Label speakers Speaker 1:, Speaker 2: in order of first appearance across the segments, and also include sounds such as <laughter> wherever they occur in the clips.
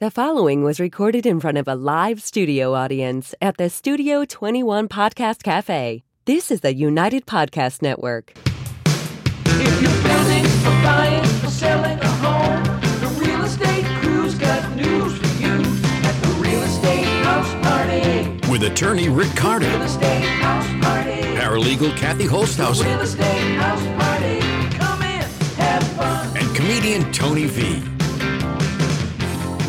Speaker 1: The following was recorded in front of a live studio audience at the Studio 21 Podcast Cafe. This is the United Podcast Network.
Speaker 2: If you're building or buying or selling a home, the real estate crew's got news for you at the Real Estate House Party.
Speaker 3: with attorney Rick
Speaker 2: Real
Speaker 3: Carter,
Speaker 2: Estate House Party.
Speaker 3: paralegal Kathy Holsthausen,
Speaker 2: Real Estate House Party. Come in, have fun.
Speaker 3: and comedian Tony V.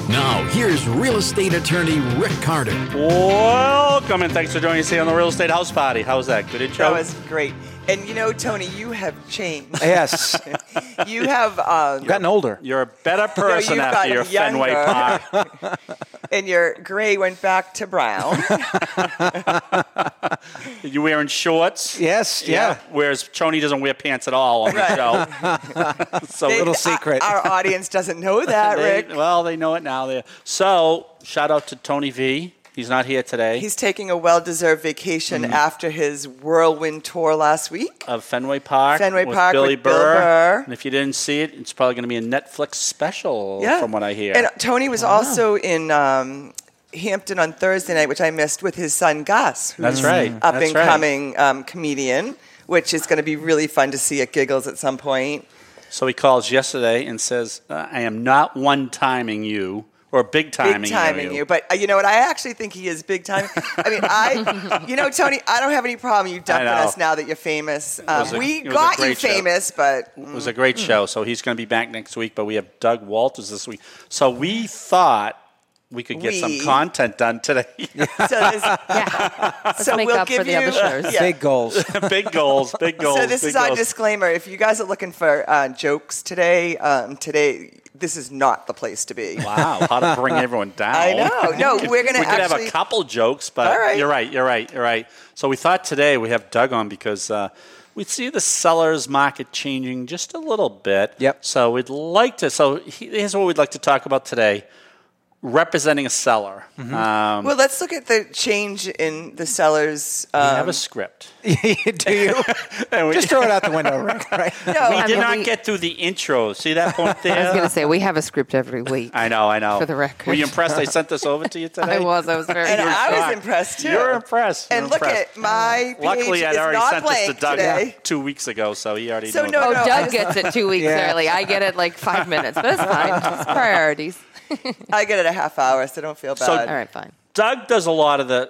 Speaker 3: Now, here's real estate attorney Rick Carter.
Speaker 4: Welcome and thanks for joining us here on the Real Estate House Party. How's that? Good intro.
Speaker 5: That was great. And you know, Tony, you have changed. <laughs>
Speaker 6: <laughs> Yes,
Speaker 5: You have, uh,
Speaker 6: gotten older.
Speaker 4: You're a
Speaker 5: <laughs>
Speaker 4: better person
Speaker 5: you've
Speaker 4: after
Speaker 5: gotten
Speaker 4: your Fenway
Speaker 5: younger.
Speaker 4: Park.
Speaker 5: and your gray went back to
Speaker 4: <laughs>
Speaker 5: brown.
Speaker 4: You wearing shorts?
Speaker 6: Yes, yeah.
Speaker 4: Whereas Choney doesn't wear pants at all on
Speaker 5: Right.
Speaker 4: the
Speaker 5: <laughs>
Speaker 4: show. so
Speaker 5: They-
Speaker 6: Little
Speaker 5: our-
Speaker 6: secret.
Speaker 5: Our, audience doesn't know
Speaker 4: <laughs>
Speaker 5: that,
Speaker 4: they-
Speaker 5: Rick.
Speaker 4: well, they know it now. There. So shout out to Tony V. He's not here today.
Speaker 5: He's taking a well-deserved vacation
Speaker 4: Mm.
Speaker 5: after his whirlwind tour last week.
Speaker 4: of Fenway Park.
Speaker 5: Fenway
Speaker 4: with
Speaker 5: Park
Speaker 4: Billy
Speaker 5: with Bill Burr.
Speaker 4: And if you didn't see it, it's probably going to be a Netflix special,
Speaker 5: Yeah.
Speaker 4: Oh, from what I hear.
Speaker 5: And Tony was also in um, Hampton on Thursday night, which I missed with his son Gus, who's
Speaker 4: That's right.
Speaker 5: up
Speaker 4: That's
Speaker 5: and
Speaker 4: right.
Speaker 5: coming um, comedian, which is going to be really fun to see at Giggles at some point.
Speaker 4: So he calls yesterday and says, uh, I am not one timing you or big timing,
Speaker 5: big timing you. But uh, you know what? I actually think he is big time. I mean,
Speaker 4: <laughs>
Speaker 5: I, you know, Tony, I don't have any problem you dumping
Speaker 4: know.
Speaker 5: us now that you're famous.
Speaker 4: was
Speaker 5: Um,
Speaker 4: a-
Speaker 5: we
Speaker 4: it was a
Speaker 5: got you
Speaker 4: great show.
Speaker 5: famous, but
Speaker 4: It was a great show. So he's going to be back next week, but we have Doug Walters this week. So we thought we could get some
Speaker 5: We.
Speaker 4: content done today. <laughs>
Speaker 5: so this, so
Speaker 7: make
Speaker 5: we'll
Speaker 7: up for
Speaker 5: give
Speaker 7: the
Speaker 5: you,
Speaker 7: other
Speaker 5: <laughs>
Speaker 7: shows.
Speaker 5: yeah.
Speaker 6: Big goals. <laughs>
Speaker 4: big goals, big goals.
Speaker 5: So this
Speaker 4: big
Speaker 5: is our
Speaker 4: goals.
Speaker 5: disclaimer. If you guys are looking for uh, jokes today, um, today this is not the place to be.
Speaker 4: Wow, how to
Speaker 5: <laughs>
Speaker 4: bring everyone down.
Speaker 5: I know. No, we're
Speaker 4: <laughs>
Speaker 5: gonna
Speaker 4: We could have a
Speaker 5: actually-
Speaker 4: couple jokes, but
Speaker 5: All right.
Speaker 4: you're right, you're right, you're right. So we thought today we have Doug on because uh, we see the seller's market changing just a little bit.
Speaker 6: Yep.
Speaker 4: So we'd like to. So he- here's what we'd like to talk about today: representing a seller.
Speaker 5: Mm-hmm.
Speaker 4: Um,
Speaker 5: Well, let's look at the change in the sellers.
Speaker 4: we
Speaker 5: Um,
Speaker 4: have a script.
Speaker 6: Do <laughs> you? Just throw it out the window, Rick. <laughs> Right?
Speaker 4: we
Speaker 7: I
Speaker 4: did
Speaker 7: mean,
Speaker 4: not
Speaker 7: we-
Speaker 4: get through the intro. See that
Speaker 5: <laughs>
Speaker 4: point there?
Speaker 7: I was going to say we have a script every week.
Speaker 4: I know, I know.
Speaker 7: For the record.
Speaker 4: were you impressed? I sent this over to
Speaker 5: <laughs>
Speaker 4: you today.
Speaker 7: I was. I was very.
Speaker 5: and I
Speaker 7: shocked.
Speaker 5: was impressed too.
Speaker 4: You're impressed.
Speaker 5: and
Speaker 4: You're
Speaker 5: look
Speaker 4: impressed.
Speaker 5: at my page
Speaker 4: Luckily, I'd
Speaker 5: is
Speaker 4: already
Speaker 5: not
Speaker 4: sent this
Speaker 5: blank
Speaker 4: to Doug
Speaker 5: today.
Speaker 4: two weeks ago, so he already
Speaker 5: So
Speaker 4: knew.
Speaker 5: no,
Speaker 4: about
Speaker 7: Oh,
Speaker 4: it.
Speaker 5: no, I
Speaker 7: Doug
Speaker 5: was-
Speaker 7: gets it two weeks
Speaker 6: Yeah.
Speaker 7: early. I get it like five minutes, but it's fine.
Speaker 4: <laughs>
Speaker 7: It's priorities.
Speaker 5: I get it a half hour, so don't feel bad.
Speaker 4: So-
Speaker 7: All right, fine.
Speaker 4: Doug does a lot of the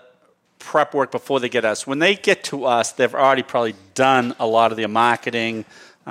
Speaker 4: prep work before they get us. When they get to us, they've already probably done a lot of their marketing.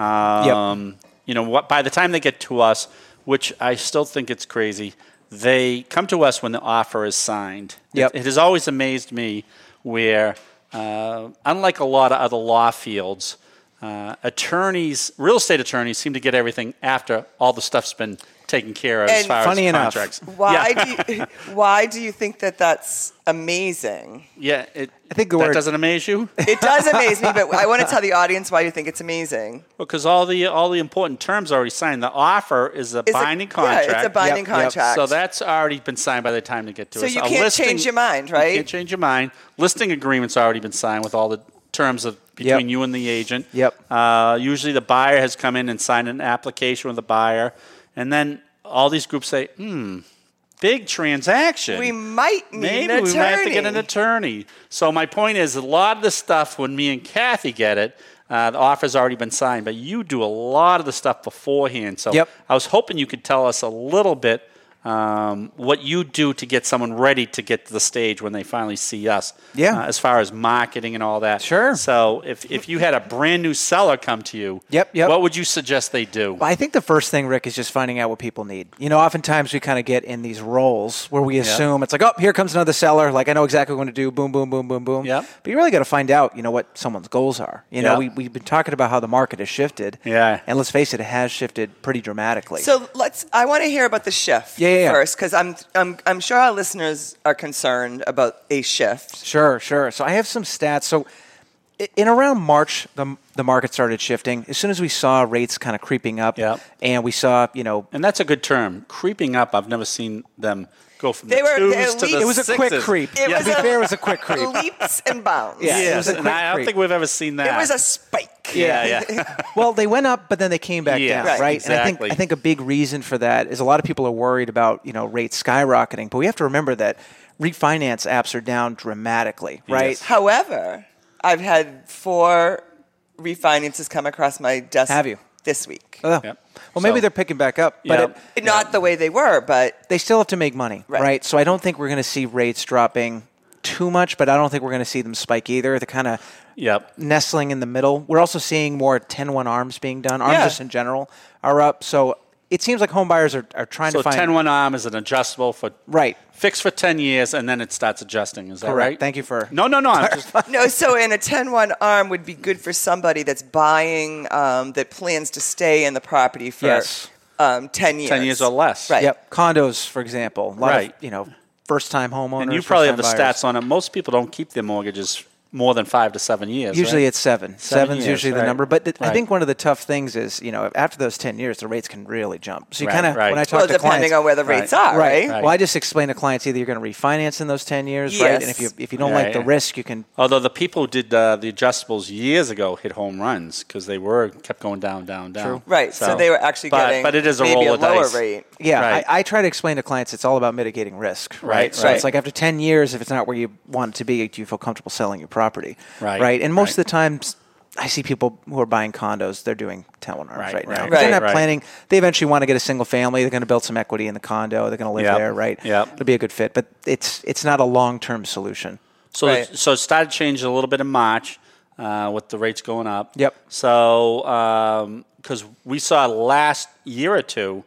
Speaker 4: Um, You know, what, by the time they get to us, which I still think it's crazy, they come to us when the offer is signed.
Speaker 6: Yep.
Speaker 4: It, it has always amazed me where, uh, unlike a lot of other law fields, uh, attorneys, real estate attorneys, seem to get everything after all the stuff's been taken care of as
Speaker 5: And
Speaker 4: far
Speaker 6: funny
Speaker 4: as
Speaker 6: enough,
Speaker 4: contracts. <laughs>
Speaker 5: Why
Speaker 4: Yeah.
Speaker 5: do you, why do you think that that's amazing?
Speaker 4: Yeah, it, I
Speaker 6: think the
Speaker 4: that
Speaker 6: word-
Speaker 4: doesn't amaze you
Speaker 5: It does amaze me, but I want to tell the audience why you think it's amazing.
Speaker 4: because all the all the important terms are already signed. The offer is a
Speaker 5: It's a-
Speaker 4: binding
Speaker 5: yeah,
Speaker 4: contract.
Speaker 5: it's a binding
Speaker 6: Yep, yep.
Speaker 5: contract.
Speaker 4: So that's already been signed by the time they get to
Speaker 5: So
Speaker 4: us.
Speaker 5: you
Speaker 4: A
Speaker 5: can't
Speaker 4: listing-
Speaker 5: change your mind, right?
Speaker 4: You can't change your mind. Listing agreement's already been signed with all the terms of between you and the agent.
Speaker 6: Yep.
Speaker 4: Uh, usually the buyer has come in and signed an application with the buyer, and then all these groups say, "Hmm, big transaction."
Speaker 5: we might need
Speaker 4: Maybe
Speaker 5: an attorney.
Speaker 4: we might have to get an attorney. So my point is, a lot of the stuff when me and Kathy get it, uh, the offer's already been signed. But you do a lot of the stuff beforehand. So
Speaker 6: Yep.
Speaker 4: I was hoping you could tell us a little bit um, what you do to get someone ready to get to the stage when they finally see us.
Speaker 6: Yeah.
Speaker 4: uh, as far as marketing and all that.
Speaker 6: Sure.
Speaker 4: So if if you had a brand new seller come to you,
Speaker 6: Yep, yep.
Speaker 4: what would you suggest they do?
Speaker 6: Well, I think the first thing, Rick, is just finding out what people need. You know, oftentimes we kind of get in these roles where we assume it's like, oh, here comes another seller. Like, I know exactly what to do. Boom, boom, boom, boom, boom.
Speaker 4: Yep.
Speaker 6: But you really got to find out, you know, what someone's goals are. You know,
Speaker 4: Yeah.
Speaker 6: we, we've been talking about how the market has shifted.
Speaker 4: Yeah.
Speaker 6: And let's face it, it has shifted pretty dramatically.
Speaker 5: So let's. I want to hear about the shift
Speaker 6: Yeah, yeah, yeah.
Speaker 5: first, because I'm, I'm I'm sure our listeners are concerned about a shift.
Speaker 6: Sure, sure. So I have some stats. So i- in around March, the the market started shifting. As soon as we saw rates kind of creeping up,
Speaker 4: Yep.
Speaker 6: and we saw, you know,
Speaker 4: And that's a good term. Creeping up. I've never seen them go from
Speaker 5: They
Speaker 4: the
Speaker 5: were- they
Speaker 4: twos to the
Speaker 5: leaped-
Speaker 6: it was a quick
Speaker 4: sixes.
Speaker 6: creep.
Speaker 5: It
Speaker 6: Yeah,
Speaker 5: was
Speaker 6: to be
Speaker 5: a-
Speaker 6: fair, it was a quick creep.
Speaker 5: Leaps and bounds.
Speaker 6: Yeah.
Speaker 4: Yes,
Speaker 6: It was a
Speaker 4: and
Speaker 6: quick
Speaker 4: I don't
Speaker 6: creep.
Speaker 4: think we've ever seen that.
Speaker 5: It was a spike.
Speaker 6: <laughs>
Speaker 4: Yeah, yeah.
Speaker 6: well, they went up, but then they came back
Speaker 4: Yeah,
Speaker 6: down,
Speaker 4: Right.
Speaker 6: right? And I
Speaker 4: exactly.
Speaker 6: think I think a big reason for that is a lot of people are worried about you know rates skyrocketing, but we have to remember that refinance apps are down dramatically, right?
Speaker 4: Yes.
Speaker 5: However, I've had four refinances come across my desk.
Speaker 6: Have you?
Speaker 5: This week.
Speaker 6: Oh.
Speaker 4: Yep.
Speaker 6: Well, maybe
Speaker 4: So-
Speaker 6: they're picking back up, but
Speaker 4: Yep.
Speaker 6: it,
Speaker 5: Not the way they were, but
Speaker 6: they still have to make money,
Speaker 5: Right.
Speaker 6: right? So I don't think we're going to see rates dropping too much, but I don't think we're going to see them spike either. They're kind of
Speaker 4: Yep.
Speaker 6: nestling in the middle. We're also seeing more 10-1 arms being done. Arms
Speaker 5: Yeah.
Speaker 6: just in general are up. So it seems like home buyers are, are trying
Speaker 4: So
Speaker 6: to find
Speaker 4: 10 1 arm is an adjustable for
Speaker 6: Right.
Speaker 4: fixed for 10 years and then it starts adjusting. Is that
Speaker 6: Correct.
Speaker 4: right?
Speaker 6: Thank you for-
Speaker 4: No, no, no. I'm just,
Speaker 5: No, so in a 10 1 arm would be good for somebody that's buying, um, that plans to stay in the property for
Speaker 6: Yes.
Speaker 5: um, 10 years.
Speaker 4: 10 years or less.
Speaker 5: Right.
Speaker 6: Yep. Condos, for example. A lot
Speaker 4: Right.
Speaker 6: of, you know, first-time homeowners.
Speaker 4: and you probably have the
Speaker 6: first-time buyers.
Speaker 4: stats on it. Most people don't keep their mortgages more than five to seven years.
Speaker 6: Usually
Speaker 4: right?
Speaker 6: it's seven.
Speaker 4: Seven
Speaker 6: Seven's
Speaker 4: years,
Speaker 6: usually the
Speaker 4: right.
Speaker 6: number. But th- I
Speaker 4: Right.
Speaker 6: think one of the tough things is, you know, after those 10 years, the rates can really jump. So you
Speaker 4: Right,
Speaker 6: kind of,
Speaker 4: right.
Speaker 6: when I talk
Speaker 5: Well,
Speaker 6: to
Speaker 5: depending
Speaker 6: clients,
Speaker 5: on where the rates
Speaker 4: Right.
Speaker 5: are, right?
Speaker 6: Well, I just explain to clients either you're going to refinance in those 10 years, right? And if you
Speaker 5: Yes.
Speaker 6: if you don't
Speaker 4: Yeah,
Speaker 6: like the
Speaker 4: yeah.
Speaker 6: risk, you can
Speaker 4: Although the people who did uh, the adjustables years ago hit home runs because they were kept going down, down, down.
Speaker 5: Right, so, they were actually
Speaker 4: but,
Speaker 5: getting
Speaker 4: But it is a
Speaker 5: maybe
Speaker 4: roll
Speaker 5: a
Speaker 4: of
Speaker 5: lower
Speaker 4: dice.
Speaker 5: rate.
Speaker 6: yeah,
Speaker 4: Right.
Speaker 6: I, I try to explain to clients it's all about mitigating risk, right?
Speaker 4: Right,
Speaker 6: So
Speaker 4: right.
Speaker 6: it's like after 10 years, if it's not where you want it to be, do you feel comfortable selling your property?
Speaker 4: Right,
Speaker 6: Right. And most
Speaker 4: right.
Speaker 6: of the times, I see people who are buying condos, they're doing 10 arms
Speaker 4: Right,
Speaker 6: right, now.
Speaker 4: right,
Speaker 6: 'Cause They're
Speaker 5: right,
Speaker 6: not
Speaker 4: right.
Speaker 6: planning, they eventually want to get a single family, they're going to build some equity in the condo, they're going to live
Speaker 4: Yep,
Speaker 6: there, right?
Speaker 4: yep.
Speaker 6: It'll be a good fit, but it's it's not a long term solution.
Speaker 4: So
Speaker 5: Right.
Speaker 4: so it started changing a little bit in March uh, with the rates going up.
Speaker 6: Yep.
Speaker 4: So because we saw last year or two,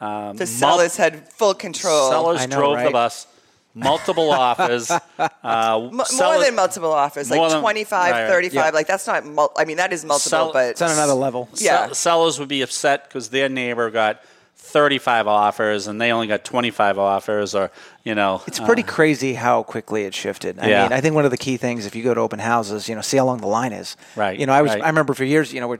Speaker 5: The sellers had full control.
Speaker 4: sellers
Speaker 6: Oh, I know,
Speaker 4: drove the
Speaker 6: right?
Speaker 4: bus,
Speaker 6: <laughs>
Speaker 4: multiple offers, uh,
Speaker 5: Mo- more than multiple offers, like
Speaker 4: More than-
Speaker 5: 25,
Speaker 4: right, right.
Speaker 5: 35.
Speaker 6: Yeah.
Speaker 5: Like that's not, mul- I mean, that is multiple,
Speaker 4: Sell-
Speaker 5: but
Speaker 6: It's on another level.
Speaker 5: Yeah.
Speaker 4: Sell- sellers would be upset because their neighbor got 35 offers and they only got 25 offers, or you know, uh,
Speaker 6: It's pretty crazy how quickly it shifted. I
Speaker 4: Yeah.
Speaker 6: mean, I think one of the key things, if you go to open houses, you know, see how long the line is.
Speaker 4: Right,
Speaker 6: You know, I was,
Speaker 4: right.
Speaker 6: I remember for years, you know, we're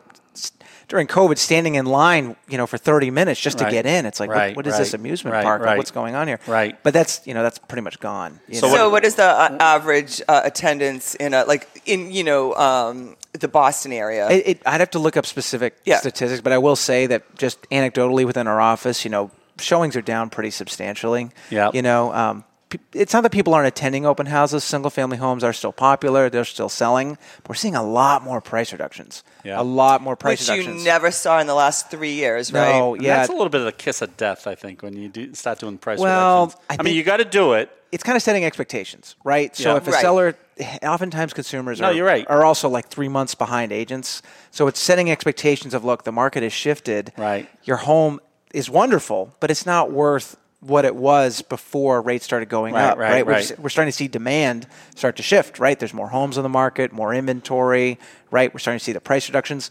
Speaker 6: during COVID standing in line, you know, for 30 minutes just
Speaker 4: Right.
Speaker 6: to get in. It's like, what-
Speaker 4: Right,
Speaker 6: what is this
Speaker 4: right,
Speaker 6: amusement
Speaker 4: right,
Speaker 6: park? Like,
Speaker 4: right.
Speaker 6: what's going on here?
Speaker 4: Right.
Speaker 6: But that's, you know, that's pretty much gone. you know?
Speaker 5: So, what is the uh, average uh, attendance in a like in you know um, the Boston area?
Speaker 6: It, it, I'd have to look up specific
Speaker 5: Yeah.
Speaker 6: statistics, but I will say that just anecdotally within our office, you know, showings are down pretty substantially.
Speaker 4: Yep.
Speaker 6: You know, um, pe- it's not that people aren't attending open houses. Single family homes are still popular. They're still selling. But we're seeing a lot more price reductions.
Speaker 4: Yeah.
Speaker 6: A lot more price
Speaker 5: which you
Speaker 6: reductions.
Speaker 5: never saw in the last three years, right?
Speaker 6: No,
Speaker 4: And
Speaker 6: yeah.
Speaker 4: that's a little bit of the kiss of death, I think, when you do start doing price
Speaker 6: Well,
Speaker 4: reductions.
Speaker 6: I
Speaker 4: I, mean,
Speaker 6: think-
Speaker 4: you got to do it.
Speaker 6: it's kind of setting expectations, right? So
Speaker 4: Yeah.
Speaker 6: if a
Speaker 5: Right.
Speaker 6: seller, oftentimes consumers
Speaker 4: No,
Speaker 6: are,
Speaker 4: you're right.
Speaker 6: are also like three months behind agents. So it's setting expectations of look, the market has shifted.
Speaker 4: Right.
Speaker 6: Your home is wonderful, but it's not worth what it was before rates started going
Speaker 4: Right,
Speaker 6: up.
Speaker 4: right,
Speaker 6: Right. We're,
Speaker 4: right.
Speaker 6: just- we're starting to see demand start to shift. Right. There's more homes on the market, more inventory. Right. We're starting to see the price reductions.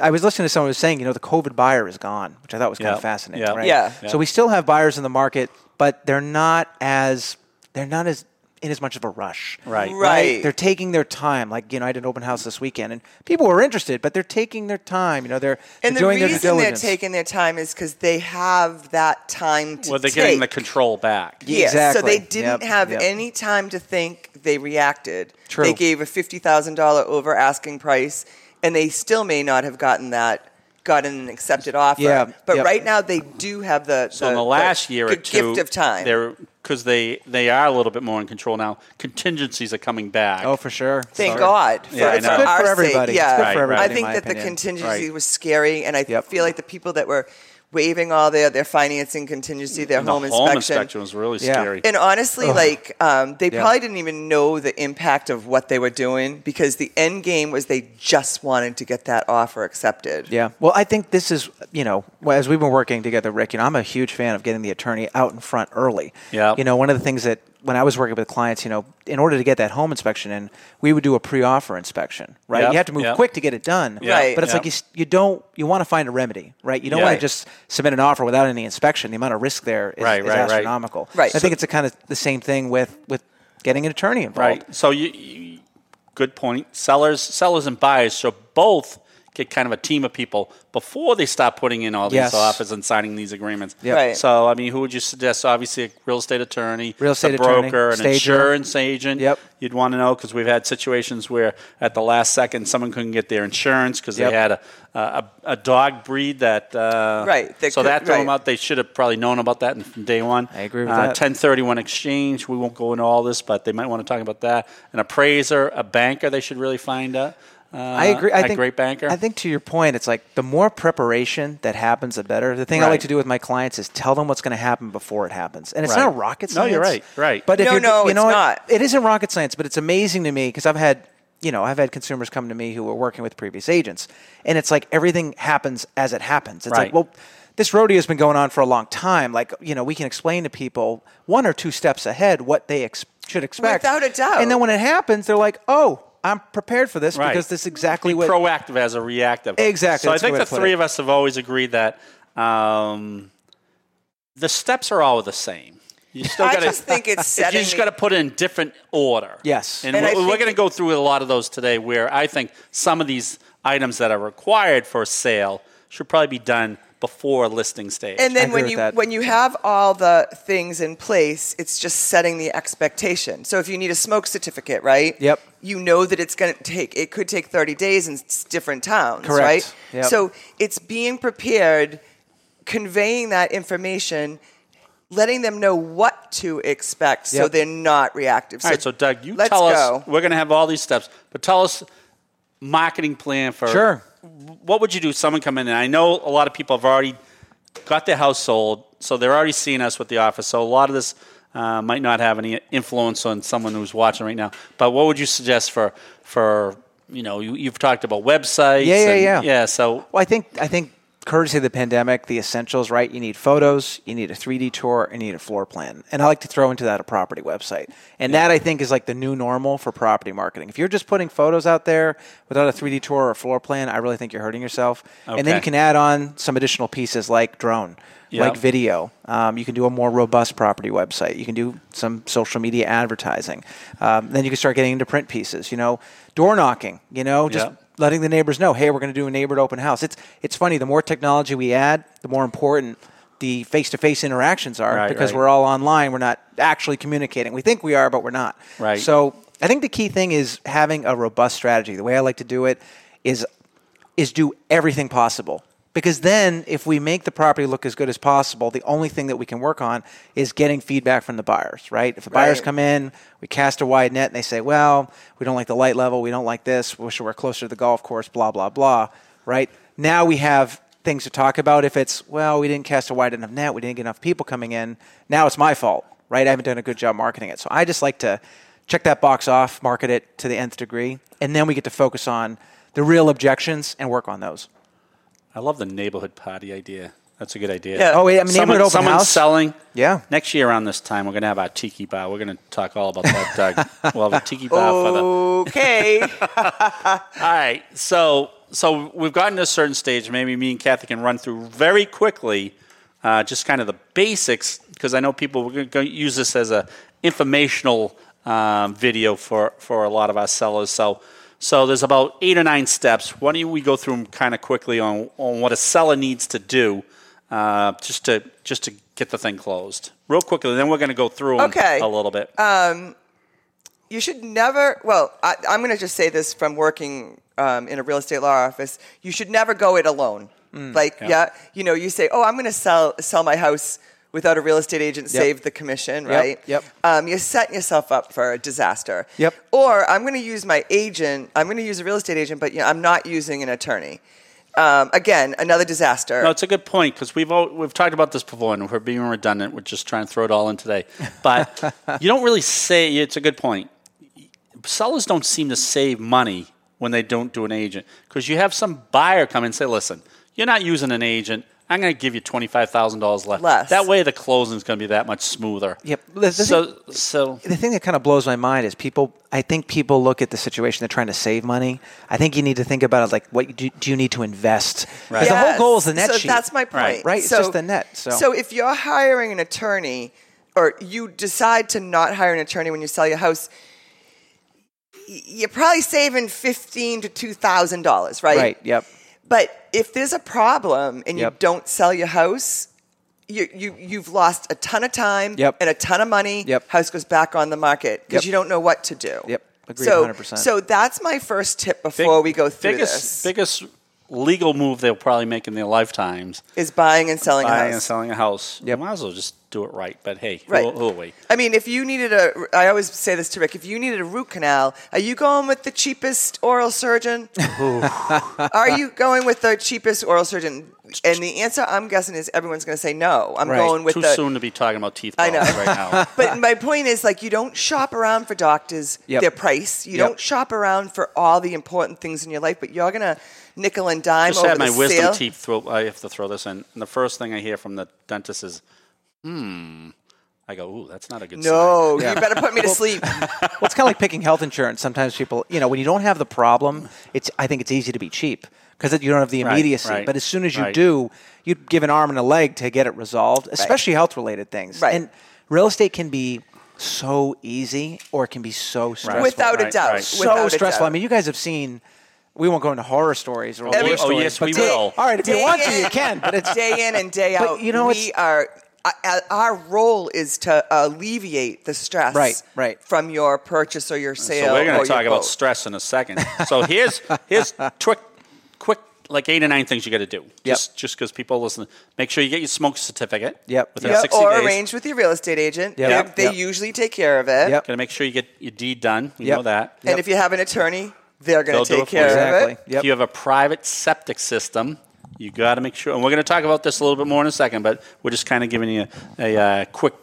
Speaker 6: I was listening to someone who was saying, you know, the COVID buyer is gone, which I thought was kind
Speaker 4: Yeah.
Speaker 6: of fascinating.
Speaker 4: Yeah.
Speaker 6: Right.
Speaker 5: Yeah.
Speaker 6: So we still have buyers in the market, but they're not as they're not as in as much of a rush.
Speaker 4: Right.
Speaker 5: Right.
Speaker 6: They're taking their time. Like, you know, I did an open house this weekend and people were interested, but they're taking their time. You know, they're, they're
Speaker 5: and the
Speaker 6: doing their due
Speaker 5: reason they're
Speaker 6: diligence.
Speaker 5: taking their time is because they have that time to
Speaker 4: Well, they're
Speaker 5: take.
Speaker 4: getting the control back.
Speaker 5: Yeah,
Speaker 6: Exactly.
Speaker 5: so they didn't
Speaker 6: Yep,
Speaker 5: have
Speaker 6: yep.
Speaker 5: any time to think. They reacted.
Speaker 6: True.
Speaker 5: They gave a fifty thousand dollar over asking price, and they still may not have gotten that, gotten an accepted offer.
Speaker 6: Yeah,
Speaker 5: But
Speaker 6: yep.
Speaker 5: right now they do have the
Speaker 4: So in the last year or
Speaker 5: good
Speaker 4: two,
Speaker 5: gift of time.
Speaker 4: they're because they they are a little bit more in control now. Contingencies are coming back.
Speaker 6: oh, for sure.
Speaker 5: Thank
Speaker 6: So-
Speaker 5: God.
Speaker 4: Yeah, I
Speaker 5: for,
Speaker 4: know. It's good
Speaker 5: for our
Speaker 6: for
Speaker 5: sake.
Speaker 6: everybody. It's
Speaker 5: Yeah.
Speaker 6: good
Speaker 4: for Right, everybody,
Speaker 5: I
Speaker 4: in
Speaker 5: think
Speaker 6: my
Speaker 5: that the
Speaker 6: opinion.
Speaker 5: contingency
Speaker 4: Right.
Speaker 5: was scary, and I
Speaker 6: Yep.
Speaker 5: feel like the people that were waiving all their, their financing contingency, their
Speaker 4: the
Speaker 5: home,
Speaker 4: home inspection was really
Speaker 6: Yeah.
Speaker 4: scary.
Speaker 5: and honestly, like um, they
Speaker 6: Yeah.
Speaker 5: probably didn't even know the impact of what they were doing because the end game was they just wanted to get that offer accepted.
Speaker 6: Yeah. Well, I think this is, you know, well, as we've been working together, Rick, you know, I'm a huge fan of getting the attorney out in front early.
Speaker 4: Yeah.
Speaker 6: You know, one of the things that when I was working with clients, you know, in order to get that home inspection in, we would do a pre-offer inspection, right?
Speaker 4: Yeah,
Speaker 6: You have to move
Speaker 4: yeah.
Speaker 6: quick to get it done.
Speaker 4: Yeah,
Speaker 5: Right.
Speaker 6: But it's
Speaker 4: yeah.
Speaker 6: like you, s- you don't, you want to find a remedy, right? You don't
Speaker 4: Yeah.
Speaker 6: want to just submit an offer without any inspection. The amount of risk there is,
Speaker 4: Right,
Speaker 6: is
Speaker 4: right, right.
Speaker 6: astronomical.
Speaker 5: Right.
Speaker 6: I think it's a kind of the same thing with, with getting an attorney involved.
Speaker 4: Right. So you, you good point. Sellers, sellers, and buyers should both get kind of a team of people before they start putting in all these
Speaker 6: Yes.
Speaker 4: offers and signing these agreements.
Speaker 6: Yep.
Speaker 5: Right.
Speaker 4: So, I mean, who would you suggest? Obviously, a real estate attorney,
Speaker 6: Real estate
Speaker 4: a
Speaker 6: attorney,
Speaker 4: broker, an
Speaker 6: stager.
Speaker 4: insurance agent.
Speaker 6: Yep.
Speaker 4: You'd want to know because we've had situations where at the last second someone couldn't get their insurance because
Speaker 6: Yep.
Speaker 4: they had a, a a dog breed that uh,
Speaker 5: Right, that
Speaker 4: so
Speaker 5: could-
Speaker 4: that threw them
Speaker 5: right.
Speaker 4: out. They should have probably known about that from day one.
Speaker 6: I agree with
Speaker 4: uh,
Speaker 6: that.
Speaker 4: 1031 exchange. We won't go into all this, but they might want to talk about that. An appraiser, a banker. They should really find out. Uh,
Speaker 6: I agree. I
Speaker 4: a
Speaker 6: think
Speaker 4: great banker.
Speaker 6: I think to your point, it's like the more preparation that happens, the better. The thing I like
Speaker 4: Right.
Speaker 6: to do with my clients is tell them what's going to happen before it happens, and it's
Speaker 4: Right.
Speaker 6: not rocket
Speaker 4: No,
Speaker 6: science.
Speaker 4: you're right, right.
Speaker 6: But if
Speaker 5: No,
Speaker 6: you're-
Speaker 5: no,
Speaker 6: you know
Speaker 5: it's
Speaker 6: what?
Speaker 5: not.
Speaker 6: It isn't rocket science, but it's amazing to me because I've had. You know, I've had consumers come to me who were working with previous agents, and it's like everything happens as it happens. It's
Speaker 4: Right.
Speaker 6: like, well, this rodeo has been going on for a long time. Like, you know, we can explain to people one or two steps ahead what they ex- should expect.
Speaker 5: Without a doubt.
Speaker 6: And then when it happens, they're like, oh, I'm prepared for this
Speaker 4: Right.
Speaker 6: because this is exactly
Speaker 4: Be
Speaker 6: what
Speaker 4: proactive as a reactive.
Speaker 6: Exactly,
Speaker 4: So I
Speaker 6: that's a good
Speaker 4: think
Speaker 6: way
Speaker 4: the
Speaker 6: to put
Speaker 4: three
Speaker 6: it.
Speaker 4: of us have always agreed that um, the steps are all the same. You still
Speaker 5: I
Speaker 4: got to
Speaker 5: just think it's
Speaker 4: <laughs> You
Speaker 5: setting
Speaker 4: just
Speaker 5: the-
Speaker 4: got to put it in different order.
Speaker 6: Yes.
Speaker 4: and,
Speaker 5: And I
Speaker 4: we're, we're
Speaker 5: think-
Speaker 4: going to go through a lot of those today. Where I think some of these items that are required for a sale should probably be done before a listing stage.
Speaker 5: And then
Speaker 6: agree
Speaker 5: when
Speaker 6: with
Speaker 5: you
Speaker 6: that.
Speaker 5: when you have all the things in place, it's just setting the expectation. So if you need a smoke certificate, right?
Speaker 6: Yep.
Speaker 5: You know that it's going to take it could take 30 days in s- different towns,
Speaker 6: Correct.
Speaker 5: right?
Speaker 6: Yep.
Speaker 5: So it's being prepared, conveying that information, letting them know what to expect so
Speaker 6: Yep.
Speaker 5: they're not reactive.
Speaker 4: all right, so Doug, you
Speaker 5: let's
Speaker 4: tell
Speaker 5: go.
Speaker 4: us. We're going to have all these steps, but tell us marketing plan for
Speaker 6: Sure.
Speaker 4: what would you do? if Someone come in, and I know a lot of people have already got their house sold, so they're already seeing us with the offer. So a lot of this uh, might not have any influence on someone who's watching right now. But what would you suggest for for you know you, you've talked about websites?
Speaker 6: Yeah, yeah,
Speaker 4: and-
Speaker 6: yeah.
Speaker 4: yeah. So
Speaker 6: Well, I think I think courtesy of the pandemic, the essentials, right? You need photos, you need a 3D tour, and you need a floor plan. And I like to throw into that a property website. And that I think is like the new normal for property marketing. If you're just putting photos out there without a 3D tour or a floor plan, I really think you're hurting yourself. And then
Speaker 4: Okay.
Speaker 6: you can add on some additional pieces like drone,
Speaker 4: Yeah.
Speaker 6: like video. Um, you can do a more robust property website. You can do some social media advertising. Um, then you can start getting into print pieces, you know, door knocking, you know, just
Speaker 4: Yeah.
Speaker 6: letting the neighbors know, hey, we're going to do a neighborhood open house. It's it's funny. The more technology we add, the more important the face-to-face interactions are
Speaker 4: Right,
Speaker 6: because
Speaker 4: right.
Speaker 6: we're all online. We're not actually communicating. We think we are, but we're not.
Speaker 4: Right.
Speaker 6: So I think the key thing is having a robust strategy. The way I like to do it is is do everything possible. Because then, if we make the property look as good as possible, the only thing that we can work on is getting feedback from the buyers, right? If the buyers
Speaker 5: Right.
Speaker 6: come in, we cast a wide net and they say, well, we don't like the light level, we don't like this, wish we were closer to the golf course, blah, blah, blah, right? Now we have things to talk about. If it's, well, we didn't cast a wide enough net, we didn't get enough people coming in, now it's my fault, right? I haven't done a good job marketing it. So I just like to check that box off, market it to the nth degree, and then we get to focus on the real objections and work on those.
Speaker 4: I love the neighborhood party idea. That's a good idea.
Speaker 5: Yeah.
Speaker 6: Oh, wait, I mean,
Speaker 4: someone,
Speaker 6: neighborhood open
Speaker 4: someone's
Speaker 6: house?
Speaker 4: selling.
Speaker 6: Yeah.
Speaker 4: Next year around this time, we're going to have our tiki bar. We're going to talk all about that,
Speaker 6: <laughs>
Speaker 4: Doug. we'll have a tiki bar for
Speaker 6: Oh,
Speaker 4: the
Speaker 5: okay.
Speaker 4: All right. So so we've gotten to a certain stage. Maybe me and Kathy can run through very quickly, uh, just kind of the basics, because I know people we're going to use this as a informational um, video for for a lot of our sellers. So. So there's about eight or nine steps. Why don't we go through them kind of quickly on, on what a seller needs to do uh, just to just to get the thing closed real quickly. Then we're going to go through 'em
Speaker 5: Okay.
Speaker 4: a little bit.
Speaker 5: you should never well I, i'm going to just say this from working um, in a real estate law office you should never go it alone
Speaker 6: Mm,
Speaker 5: like yeah. you know you say oh i'm going to sell sell my house without a real estate agent save the commission right
Speaker 6: yep.
Speaker 5: Um, you're setting yourself up for a disaster
Speaker 6: Yep.
Speaker 5: or i'm going to use my agent i'm going to use a real estate agent but you know, i'm not using an attorney um, again another disaster
Speaker 4: No, it's a good point because we've all, we've talked about this before, and we're being redundant. We're just trying to throw it all in today.
Speaker 6: <laughs>
Speaker 4: But you don't really say it's a good point. Sellers don't seem to save money when they don't do an agent because you have some buyer come and say, "Listen, you're not using an agent. I'm going to give you twenty five thousand dollars less.
Speaker 5: Less.
Speaker 4: That way, the closing is going to be that much smoother."
Speaker 6: <laughs> Yep. The- the
Speaker 4: So, so
Speaker 6: The thing that kind of blows my mind is people. I think people look at the situation; they're trying to save money. I think you need to think about it like, what you do, do you need to invest? 'Cause The whole
Speaker 5: Yes.
Speaker 6: goal is the net
Speaker 5: so
Speaker 6: sheet.
Speaker 5: That's my point.
Speaker 4: Right.
Speaker 6: Right, it's
Speaker 5: So-
Speaker 6: just the net, so-
Speaker 5: if you're hiring an attorney, or you decide to not hire an attorney when you sell your house, y- you're probably saving fifteen to two thousand dollars, right?
Speaker 6: Right. Yep.
Speaker 5: But if there's a problem and you
Speaker 6: Yep.
Speaker 5: don't sell your house, you, you, you've lost a ton of time
Speaker 6: Yep.
Speaker 5: and a ton of money.
Speaker 6: Yep.
Speaker 5: House goes back on the market because
Speaker 6: Yep.
Speaker 5: you don't know what to do.
Speaker 6: Yep. Agree
Speaker 5: so,
Speaker 6: 100%.
Speaker 5: So that's my first tip before we go through
Speaker 4: biggest,
Speaker 5: this
Speaker 4: Biggest legal move they'll probably make in their lifetimes.
Speaker 5: is buying and selling a
Speaker 4: Buying
Speaker 5: house.
Speaker 4: and selling a house. You
Speaker 6: Yep.
Speaker 4: might as well just do it right. But hey,
Speaker 5: Right.
Speaker 4: who, who are we?
Speaker 5: I mean, if you needed a, I always say this to Rick. If you needed a root canal, are you going with the cheapest oral surgeon? are you going with the cheapest oral surgeon? And the answer I'm guessing is everyone's going to say no. I'm
Speaker 6: Right.
Speaker 5: going with
Speaker 4: Too
Speaker 5: the.
Speaker 4: soon to be talking about teeth
Speaker 5: I know.
Speaker 4: problems right
Speaker 5: <laughs>
Speaker 4: now.
Speaker 6: <laughs>
Speaker 5: But my point is, like, you don't shop around for doctors,
Speaker 6: Yep.
Speaker 5: their price. You
Speaker 6: Yep.
Speaker 5: don't shop around for all the important things in your life. But you're gonna nickel and dime
Speaker 4: just
Speaker 5: over
Speaker 4: had my
Speaker 5: the
Speaker 4: wisdom
Speaker 5: sale.
Speaker 4: teeth throw. I have to throw this in. And the first thing I hear from the dentist is, "Hmm." I go, "Ooh, that's not a good sign."
Speaker 5: No, you better put me to sleep.
Speaker 6: <laughs> Well, it's kind of like picking health insurance. Sometimes people, you know, when you don't have the problem, it's I think it's easy to be cheap because you don't have the
Speaker 4: Right,
Speaker 6: immediacy.
Speaker 4: right,
Speaker 6: but as soon as you
Speaker 4: right.
Speaker 6: do, you give an arm and a leg to get it resolved, especially health related things.
Speaker 5: Right.
Speaker 6: And real estate can be so easy or it can be so stressful.
Speaker 5: Without a
Speaker 4: Right,
Speaker 5: doubt.
Speaker 4: right.
Speaker 6: so
Speaker 5: Without a
Speaker 6: stressful. I
Speaker 5: doubt.
Speaker 6: mean, you guys have seen. We won't go into horror stories or
Speaker 4: Oh,
Speaker 5: Every-
Speaker 6: horror
Speaker 4: oh
Speaker 6: stories,
Speaker 4: yes,
Speaker 6: but
Speaker 4: we
Speaker 5: day-
Speaker 4: will.
Speaker 6: All right, if you
Speaker 5: Day
Speaker 6: want to,
Speaker 5: in-
Speaker 6: you can. But it's
Speaker 5: day in and day
Speaker 6: But
Speaker 5: out.
Speaker 6: you know,
Speaker 5: we
Speaker 6: it's-
Speaker 5: are. uh, Our role is to alleviate the stress,
Speaker 6: Right, right.
Speaker 5: from your purchase or your sale.
Speaker 4: So we're going
Speaker 5: or
Speaker 4: to talk
Speaker 5: your
Speaker 4: about
Speaker 5: boat.
Speaker 4: stress in a second. So here's
Speaker 5: <laughs>
Speaker 4: here's quick, quick like eight or nine things you got to do. Just just because people listen, make sure you get your smoke certificate.
Speaker 6: Yep.
Speaker 4: Within
Speaker 5: Yeah,
Speaker 4: 60
Speaker 5: or
Speaker 4: days.
Speaker 5: arrange with your real estate agent.
Speaker 6: Yep.
Speaker 5: They-
Speaker 6: Yep.
Speaker 5: They
Speaker 6: Yep.
Speaker 5: usually take care of it.
Speaker 6: Yep.
Speaker 4: Got to make sure you get your deed done. You
Speaker 6: Yep.
Speaker 4: know that.
Speaker 5: And if you have an attorney, they're going
Speaker 4: They'll
Speaker 5: to
Speaker 4: do
Speaker 5: take
Speaker 4: it for you.
Speaker 5: care of it.
Speaker 6: exactly. Yep.
Speaker 4: If you have a private septic system, you got to make sure. And we're going to talk about this a little bit more in a second, but we're just kind of giving you a, uh quick,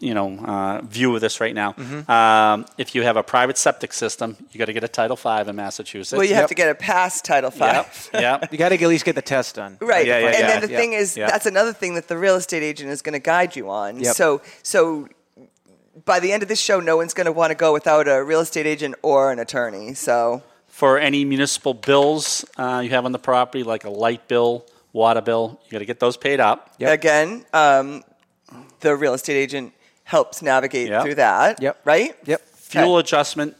Speaker 4: you know, uh, view of this right now.
Speaker 5: Mm-hmm.
Speaker 4: Um, if you have a private septic system, you got to get a Title V in Massachusetts.
Speaker 5: Well, you have
Speaker 6: Yep.
Speaker 5: to get a pass Title Five. <laughs>
Speaker 4: Yep. yep.
Speaker 6: you got to at least get the test done.
Speaker 5: Right.
Speaker 4: Yeah, yeah,
Speaker 5: and
Speaker 4: yeah.
Speaker 5: then the
Speaker 6: Yeah.
Speaker 5: thing is,
Speaker 4: Yeah.
Speaker 5: that's another thing that the real estate agent is going to guide you on.
Speaker 6: Yep.
Speaker 5: So, so by the end of this show, no one's going to want to go without a real estate agent or an attorney. So,
Speaker 4: For any municipal bills uh, you have on the property, like a light bill, water bill, you got to get those paid up.
Speaker 6: Yep.
Speaker 5: again, um, the real estate agent helps navigate
Speaker 4: Yeah.
Speaker 5: through that.
Speaker 6: Yep.
Speaker 5: Right.
Speaker 6: Yep.
Speaker 4: Fuel adjustment.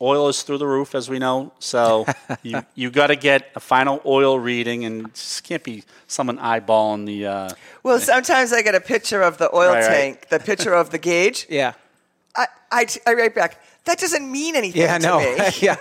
Speaker 4: Oil is through the roof, as we know.
Speaker 5: <laughs>
Speaker 4: So you you got to get a final oil reading, and it just can't be someone eyeballing the.
Speaker 5: <laughs>
Speaker 4: Uh,
Speaker 5: Well, sometimes I get a picture of the oil
Speaker 4: Right, right.
Speaker 5: tank, the picture of the
Speaker 6: <laughs>
Speaker 5: gauge.
Speaker 6: Yeah.
Speaker 5: I, I, I write back. That doesn't mean anything
Speaker 6: Yeah.
Speaker 5: to
Speaker 6: No.
Speaker 5: me.
Speaker 6: <laughs> yeah.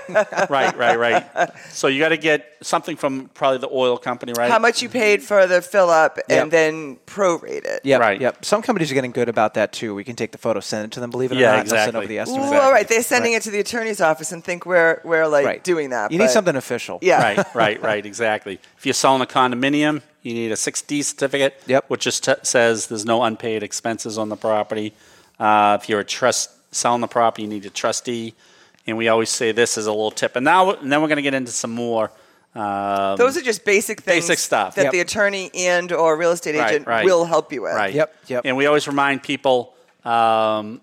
Speaker 4: right, right, right. So you got to get something from probably the oil company, right?
Speaker 5: How much you paid for the fill up and
Speaker 6: Yep.
Speaker 5: then prorate it.
Speaker 6: Yep,
Speaker 4: Right.
Speaker 6: Yep. Some companies are getting good about that too. We can take the photo, send it to them. Believe it
Speaker 4: Yeah,
Speaker 6: or not, they'll send
Speaker 4: exactly.
Speaker 6: over the
Speaker 5: Ooh,
Speaker 6: estimate.
Speaker 5: all right. They're sending
Speaker 6: Right.
Speaker 5: it to the attorney's office and think we're we're like
Speaker 6: Right.
Speaker 5: doing that.
Speaker 6: You
Speaker 5: but-
Speaker 6: need something official.
Speaker 5: Yeah.
Speaker 4: Right, right, right. Exactly. If you're selling a condominium, you need a 6D certificate,
Speaker 6: Yep.
Speaker 4: which just t- says there's no unpaid expenses on the property. Uh, if you're a trust selling the property, you need a trustee. And we always say this is a little tip. And now, and then we're going to get into some more. Um,
Speaker 5: Those are just basic things
Speaker 4: Basic stuff.
Speaker 5: that
Speaker 6: Yep.
Speaker 5: the attorney and or real estate
Speaker 4: Right,
Speaker 5: agent
Speaker 4: right.
Speaker 5: will help you with.
Speaker 4: Right.
Speaker 6: Yep, yep.
Speaker 4: And we always remind people um,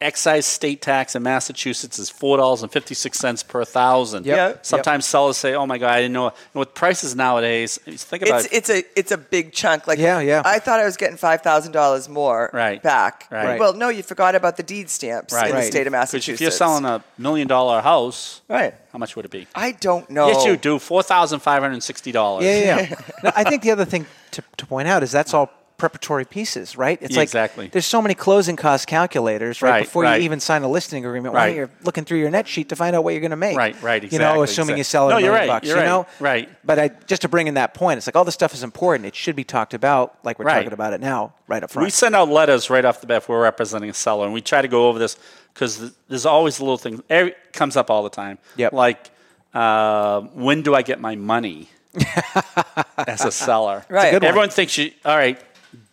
Speaker 4: excise state tax in Massachusetts is four dollars and fifty six cents per thousand.
Speaker 6: Yep, yep.
Speaker 4: Sometimes sellers say, "Oh my god, I didn't know." And with prices nowadays, just think about
Speaker 5: It's it's a it's a big chunk. Like
Speaker 6: Yeah, yeah.
Speaker 5: I thought I was getting five thousand dollars more
Speaker 4: Right.
Speaker 5: back.
Speaker 4: Right.
Speaker 5: Well, no, you forgot about the deed stamps
Speaker 4: Right.
Speaker 5: in the
Speaker 4: Right.
Speaker 5: state of
Speaker 4: because
Speaker 5: Massachusetts.
Speaker 4: if you're selling a million dollar house,
Speaker 5: right,
Speaker 4: how much would it be?
Speaker 5: I don't know.
Speaker 4: Yes, you do four thousand five hundred sixty dollars.
Speaker 6: Oh. Yeah. Yeah.
Speaker 5: <laughs>
Speaker 6: yeah. No, I think the other thing to, to point out is that's all preparatory pieces, right? It's
Speaker 4: Yeah,
Speaker 6: like
Speaker 4: exactly.
Speaker 6: there's so many closing cost calculators, right?
Speaker 4: Right,
Speaker 6: before
Speaker 4: right.
Speaker 6: you even sign a listing agreement,
Speaker 4: Right.
Speaker 6: why you're looking through your net sheet to find out what you're going to make.
Speaker 4: Right, right,
Speaker 6: You know,
Speaker 4: exactly,
Speaker 6: assuming
Speaker 4: exactly.
Speaker 6: you sell it
Speaker 4: No,
Speaker 6: a
Speaker 4: you're
Speaker 6: million
Speaker 4: right,
Speaker 6: bucks,
Speaker 4: you're
Speaker 6: you know?
Speaker 4: right, right.
Speaker 6: But I just to bring in that point, it's like all this stuff is important. It should be talked about like we're
Speaker 4: Right.
Speaker 6: talking about it now, right up front.
Speaker 4: We send out letters right off the bat if we're representing a seller, and we try to go over this because th- there's always little things. Every comes up all the time.
Speaker 6: Yep.
Speaker 4: Like, uh, when do I get my
Speaker 5: <laughs>
Speaker 4: money as a seller?
Speaker 5: Right. good
Speaker 6: one.
Speaker 4: Everyone thinks you. All right,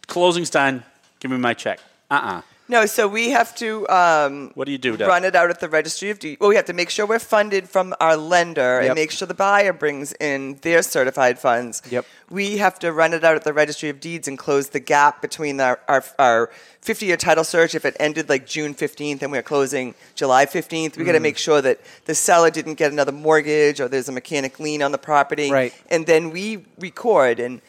Speaker 4: closing's done. Give me my check. Uh uh
Speaker 5: No, so we have to um,
Speaker 4: What do you do? Deb?
Speaker 5: run it out at the registry of deeds. Well, we have to make sure we're funded from our lender and
Speaker 6: Yep.
Speaker 5: make sure the buyer brings in their certified funds.
Speaker 6: Yep.
Speaker 5: We have to run it out at the registry of deeds and close the gap between our, our, our 50 year title search. If it ended like June 15th and we are closing July 15th, we got
Speaker 6: Mm.
Speaker 5: to make sure that the seller didn't get another mortgage or there's a mechanic lien on the property.
Speaker 6: Right.
Speaker 5: And then we record and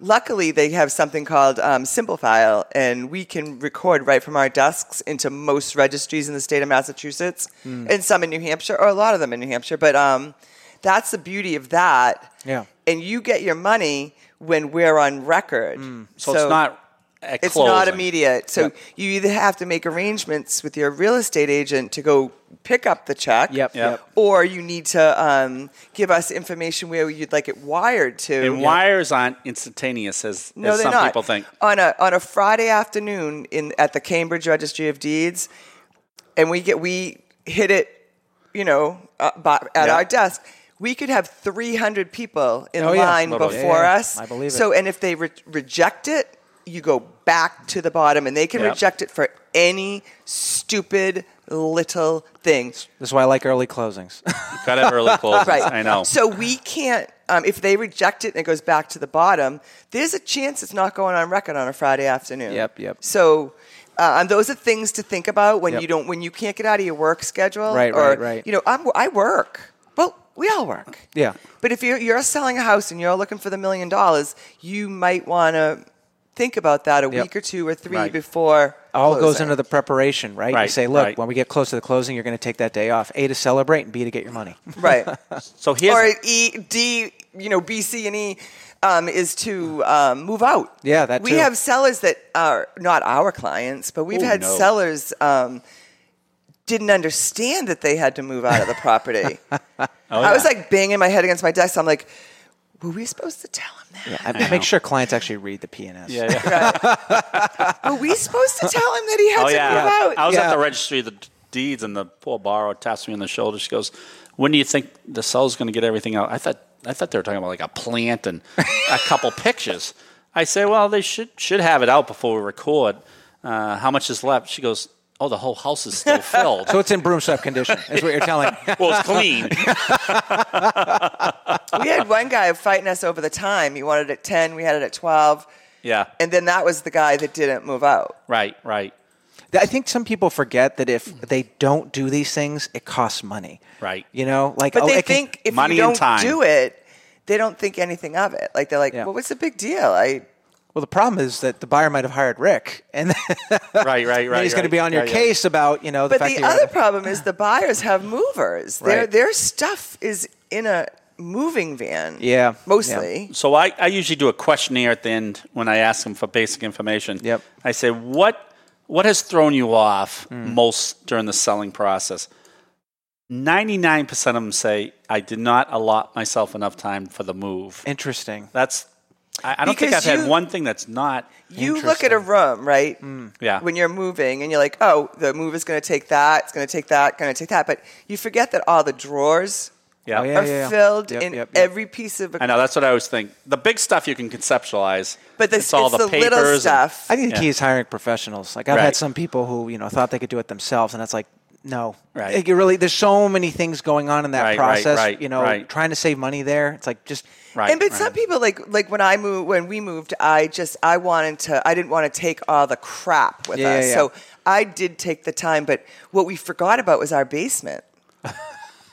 Speaker 5: Luckily, they have something called um, Simple File, and we can record right from our desks into most registries in the state of Massachusetts,
Speaker 4: Hmm.
Speaker 5: and some in New Hampshire, or a lot of them in New Hampshire. But um, that's the beauty of that.
Speaker 6: Yeah.
Speaker 5: and you get your money when we're on record.
Speaker 4: Hmm. So, it's not. At
Speaker 5: It's
Speaker 4: closing.
Speaker 5: not immediate. So
Speaker 4: Yeah.
Speaker 5: you either have to make arrangements with your real estate agent to go pick up the check.
Speaker 6: Yep, Yep. yep.
Speaker 5: Or you need to um, give us information where you'd like it wired to.
Speaker 4: And wires aren't instantaneous as,
Speaker 5: No,
Speaker 4: as
Speaker 5: they're
Speaker 4: some
Speaker 5: not.
Speaker 4: people think.
Speaker 5: On a on a Friday afternoon in at the Cambridge Registry of Deeds, and we get we hit it, you know, uh, by, at
Speaker 4: Yeah.
Speaker 5: our desk. We could have 300 people in
Speaker 6: Oh, yeah.
Speaker 5: line
Speaker 4: Totally.
Speaker 5: before
Speaker 6: Yeah, yeah.
Speaker 5: us.
Speaker 6: I believe it.
Speaker 5: So, and if they re- reject it, you go back to the bottom, and they can
Speaker 4: Yeah.
Speaker 5: reject it for any stupid little thing.
Speaker 6: This is why I like early closings. <laughs>
Speaker 4: Got it
Speaker 5: <laughs>
Speaker 4: early closing.
Speaker 5: Right.
Speaker 4: I know.
Speaker 5: So we can't, um, if they reject it and it goes back to the bottom, there's a chance it's not going on record on a Friday afternoon.
Speaker 6: Yep, yep.
Speaker 5: So, uh, and those are things to think about when
Speaker 6: Yep.
Speaker 5: you don't, when you can't get out of your work schedule.
Speaker 6: Right,
Speaker 5: or,
Speaker 6: right, right.
Speaker 5: You know, I'm, I work. Well, we all work.
Speaker 6: Yeah.
Speaker 5: But if you're, you're selling a house and you're looking for the million dollars, you might want to think about that a
Speaker 6: Yep.
Speaker 5: week or two or three
Speaker 4: Right.
Speaker 5: before.
Speaker 6: All goes
Speaker 5: closing.
Speaker 6: into the preparation, right? You
Speaker 4: Right,
Speaker 6: say, look,
Speaker 4: right.
Speaker 6: when we get close to the closing, you're going to take that day off. A to celebrate and B to get your
Speaker 5: <laughs>
Speaker 6: money. <laughs>
Speaker 5: right.
Speaker 4: So here's
Speaker 5: or E D, you know, B C and E um, is to um, move out.
Speaker 6: Yeah, that
Speaker 5: we
Speaker 6: too.
Speaker 5: have sellers that are not our clients, but we've
Speaker 4: Ooh,
Speaker 5: had
Speaker 4: Oh, no.
Speaker 5: sellers um, didn't understand that they had to move out of
Speaker 4: <laughs>
Speaker 5: the property.
Speaker 4: Oh,
Speaker 5: I was like banging my head against my desk. I'm like, were we supposed to tell him that?
Speaker 6: I make sure clients actually read the PNS.
Speaker 4: yeah, yeah.
Speaker 5: Were we supposed to tell him that he had
Speaker 4: Oh
Speaker 5: to
Speaker 4: yeah.
Speaker 5: move out?
Speaker 4: I was
Speaker 6: Yeah.
Speaker 4: at the registry of the deeds, and the poor borrower taps me on the shoulder. She goes, "When do you think the seller's going to get everything out?" I thought I thought they were talking about like a plant and a
Speaker 6: <laughs>
Speaker 4: couple pictures. I say, "Well, they should should have it out before we record. Uh, how much is left?" She goes, "Oh, the whole house is
Speaker 6: <laughs>
Speaker 4: still filled."
Speaker 6: So it's in broom swept condition, is what you're telling
Speaker 4: <laughs>
Speaker 6: me.
Speaker 4: well, it's
Speaker 6: <laughs>
Speaker 4: clean.
Speaker 5: we had one guy fighting us over the time. He wanted it at 10, we had it at 12.
Speaker 4: yeah.
Speaker 5: And then that was the guy that didn't move out.
Speaker 4: right. Right.
Speaker 6: I think some people forget that if they don't do these things, it costs money.
Speaker 4: Right.
Speaker 6: You know, like
Speaker 5: But
Speaker 6: oh,
Speaker 5: they
Speaker 6: it can-
Speaker 5: think if
Speaker 4: Money
Speaker 5: you
Speaker 4: and
Speaker 5: don't
Speaker 4: time.
Speaker 5: do it, they don't think anything of it. Like they're like,
Speaker 6: Yeah.
Speaker 5: well, what's the big deal? I
Speaker 6: well, the problem is that the buyer might have hired Rick, and then
Speaker 4: Right. Right. Right.
Speaker 6: <laughs> he's going to
Speaker 4: right.
Speaker 6: be on your
Speaker 4: Yeah, yeah.
Speaker 6: case about you know the
Speaker 5: but
Speaker 6: fact
Speaker 5: the
Speaker 6: that you're <laughs>
Speaker 5: other problem is the buyers have movers. Their
Speaker 6: Right.
Speaker 5: their stuff is in a moving van.
Speaker 6: Yeah.
Speaker 5: Mostly.
Speaker 4: So I, I usually do a questionnaire at the end when I ask them for basic information.
Speaker 6: Yep.
Speaker 4: I say, what what has thrown you off
Speaker 5: Hmm.
Speaker 4: most during the selling process? Ninety nine percent of them say I did not allot myself enough time for the move.
Speaker 6: interesting.
Speaker 4: That's I, I don't think I've
Speaker 5: Because
Speaker 4: had
Speaker 5: you-
Speaker 4: one thing that's not.
Speaker 5: You look at a room, right?
Speaker 6: Hmm.
Speaker 4: Yeah.
Speaker 5: When you're moving and you're like, oh, the move is going to take that, it's going to take that, going to take that. But you forget that all the drawers
Speaker 4: yeah.
Speaker 6: Oh, yeah.
Speaker 5: are filled
Speaker 6: Yep,
Speaker 5: in
Speaker 6: yep, yep.
Speaker 5: every piece of
Speaker 4: I know that's what I always think. The big stuff you can conceptualize,
Speaker 5: But this,
Speaker 4: it's all the, papers
Speaker 5: little
Speaker 4: and-
Speaker 5: stuff.
Speaker 6: I think the
Speaker 4: Yeah.
Speaker 6: key is hiring professionals. Like I've
Speaker 4: Right.
Speaker 6: had some people who you know thought they could do it themselves, and it's like no,
Speaker 4: Right.
Speaker 6: Like, you really, there's so many things going on in that
Speaker 4: Right, right,
Speaker 6: process.
Speaker 4: right,
Speaker 6: you know,
Speaker 4: right.
Speaker 6: trying to save money there. It's like just
Speaker 4: right?
Speaker 5: and but
Speaker 4: right.
Speaker 5: some
Speaker 4: <laughs>
Speaker 5: people like like when I moved when we moved, I just I wanted to I didn't want to take all the crap with
Speaker 6: Yeah,
Speaker 5: us.
Speaker 6: yeah, yeah.
Speaker 5: So I did take the time, but what we forgot about was our basement.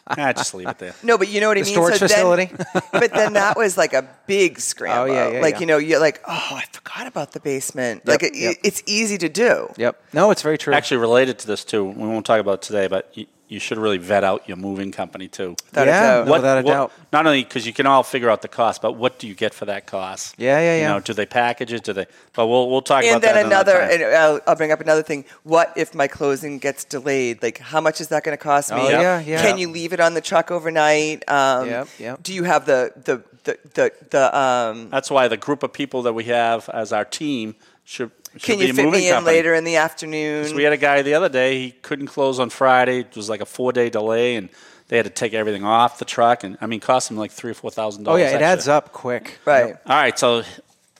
Speaker 4: Ah, just leave it there.
Speaker 5: No, but you know what I
Speaker 6: The
Speaker 5: mean.
Speaker 6: storage
Speaker 5: so
Speaker 6: facility?
Speaker 5: Then, <laughs> but then that was like a big scramble.
Speaker 6: Oh, yeah, yeah,
Speaker 5: like
Speaker 6: yeah.
Speaker 5: you know, you're like, oh, I forgot about the basement. like it,
Speaker 6: yep.
Speaker 5: it's easy to do.
Speaker 6: yep. No, it's very true.
Speaker 4: Actually, related to this too, we won't talk about it today, but you, you should really vet out your moving company too.
Speaker 5: Without a
Speaker 6: Yeah.
Speaker 5: doubt.
Speaker 6: What- Without a doubt.
Speaker 4: Not only because you can all figure out the cost, but what do you get for that cost?
Speaker 6: Yeah, yeah,
Speaker 4: You
Speaker 6: yeah.
Speaker 4: know, do they package it? Do they? But we'll we'll talk
Speaker 5: and
Speaker 4: about
Speaker 5: then
Speaker 4: that.
Speaker 5: another,
Speaker 4: time.
Speaker 5: and uh, I'll, I'll bring up another thing. What if my closing gets delayed? Like, how much is that going to cost me?
Speaker 6: Oh, yeah, yeah.
Speaker 5: Can you leave it on the truck overnight? Um,
Speaker 6: Yep, yep.
Speaker 5: Do you have the the the the, the um?
Speaker 4: That's why the group of people that we have as our team should. should
Speaker 5: Can
Speaker 4: be
Speaker 5: you
Speaker 4: a
Speaker 5: fit
Speaker 4: moving
Speaker 5: me in
Speaker 4: company.
Speaker 5: later in the afternoon?
Speaker 4: So we had a guy the other day. He couldn't close on Friday. It was like a four day delay, and they had to take everything off the truck, and I mean, cost him like three or four thousand
Speaker 6: oh
Speaker 4: dollars.
Speaker 6: yeah, it adds up quick.
Speaker 5: right.
Speaker 4: All right, so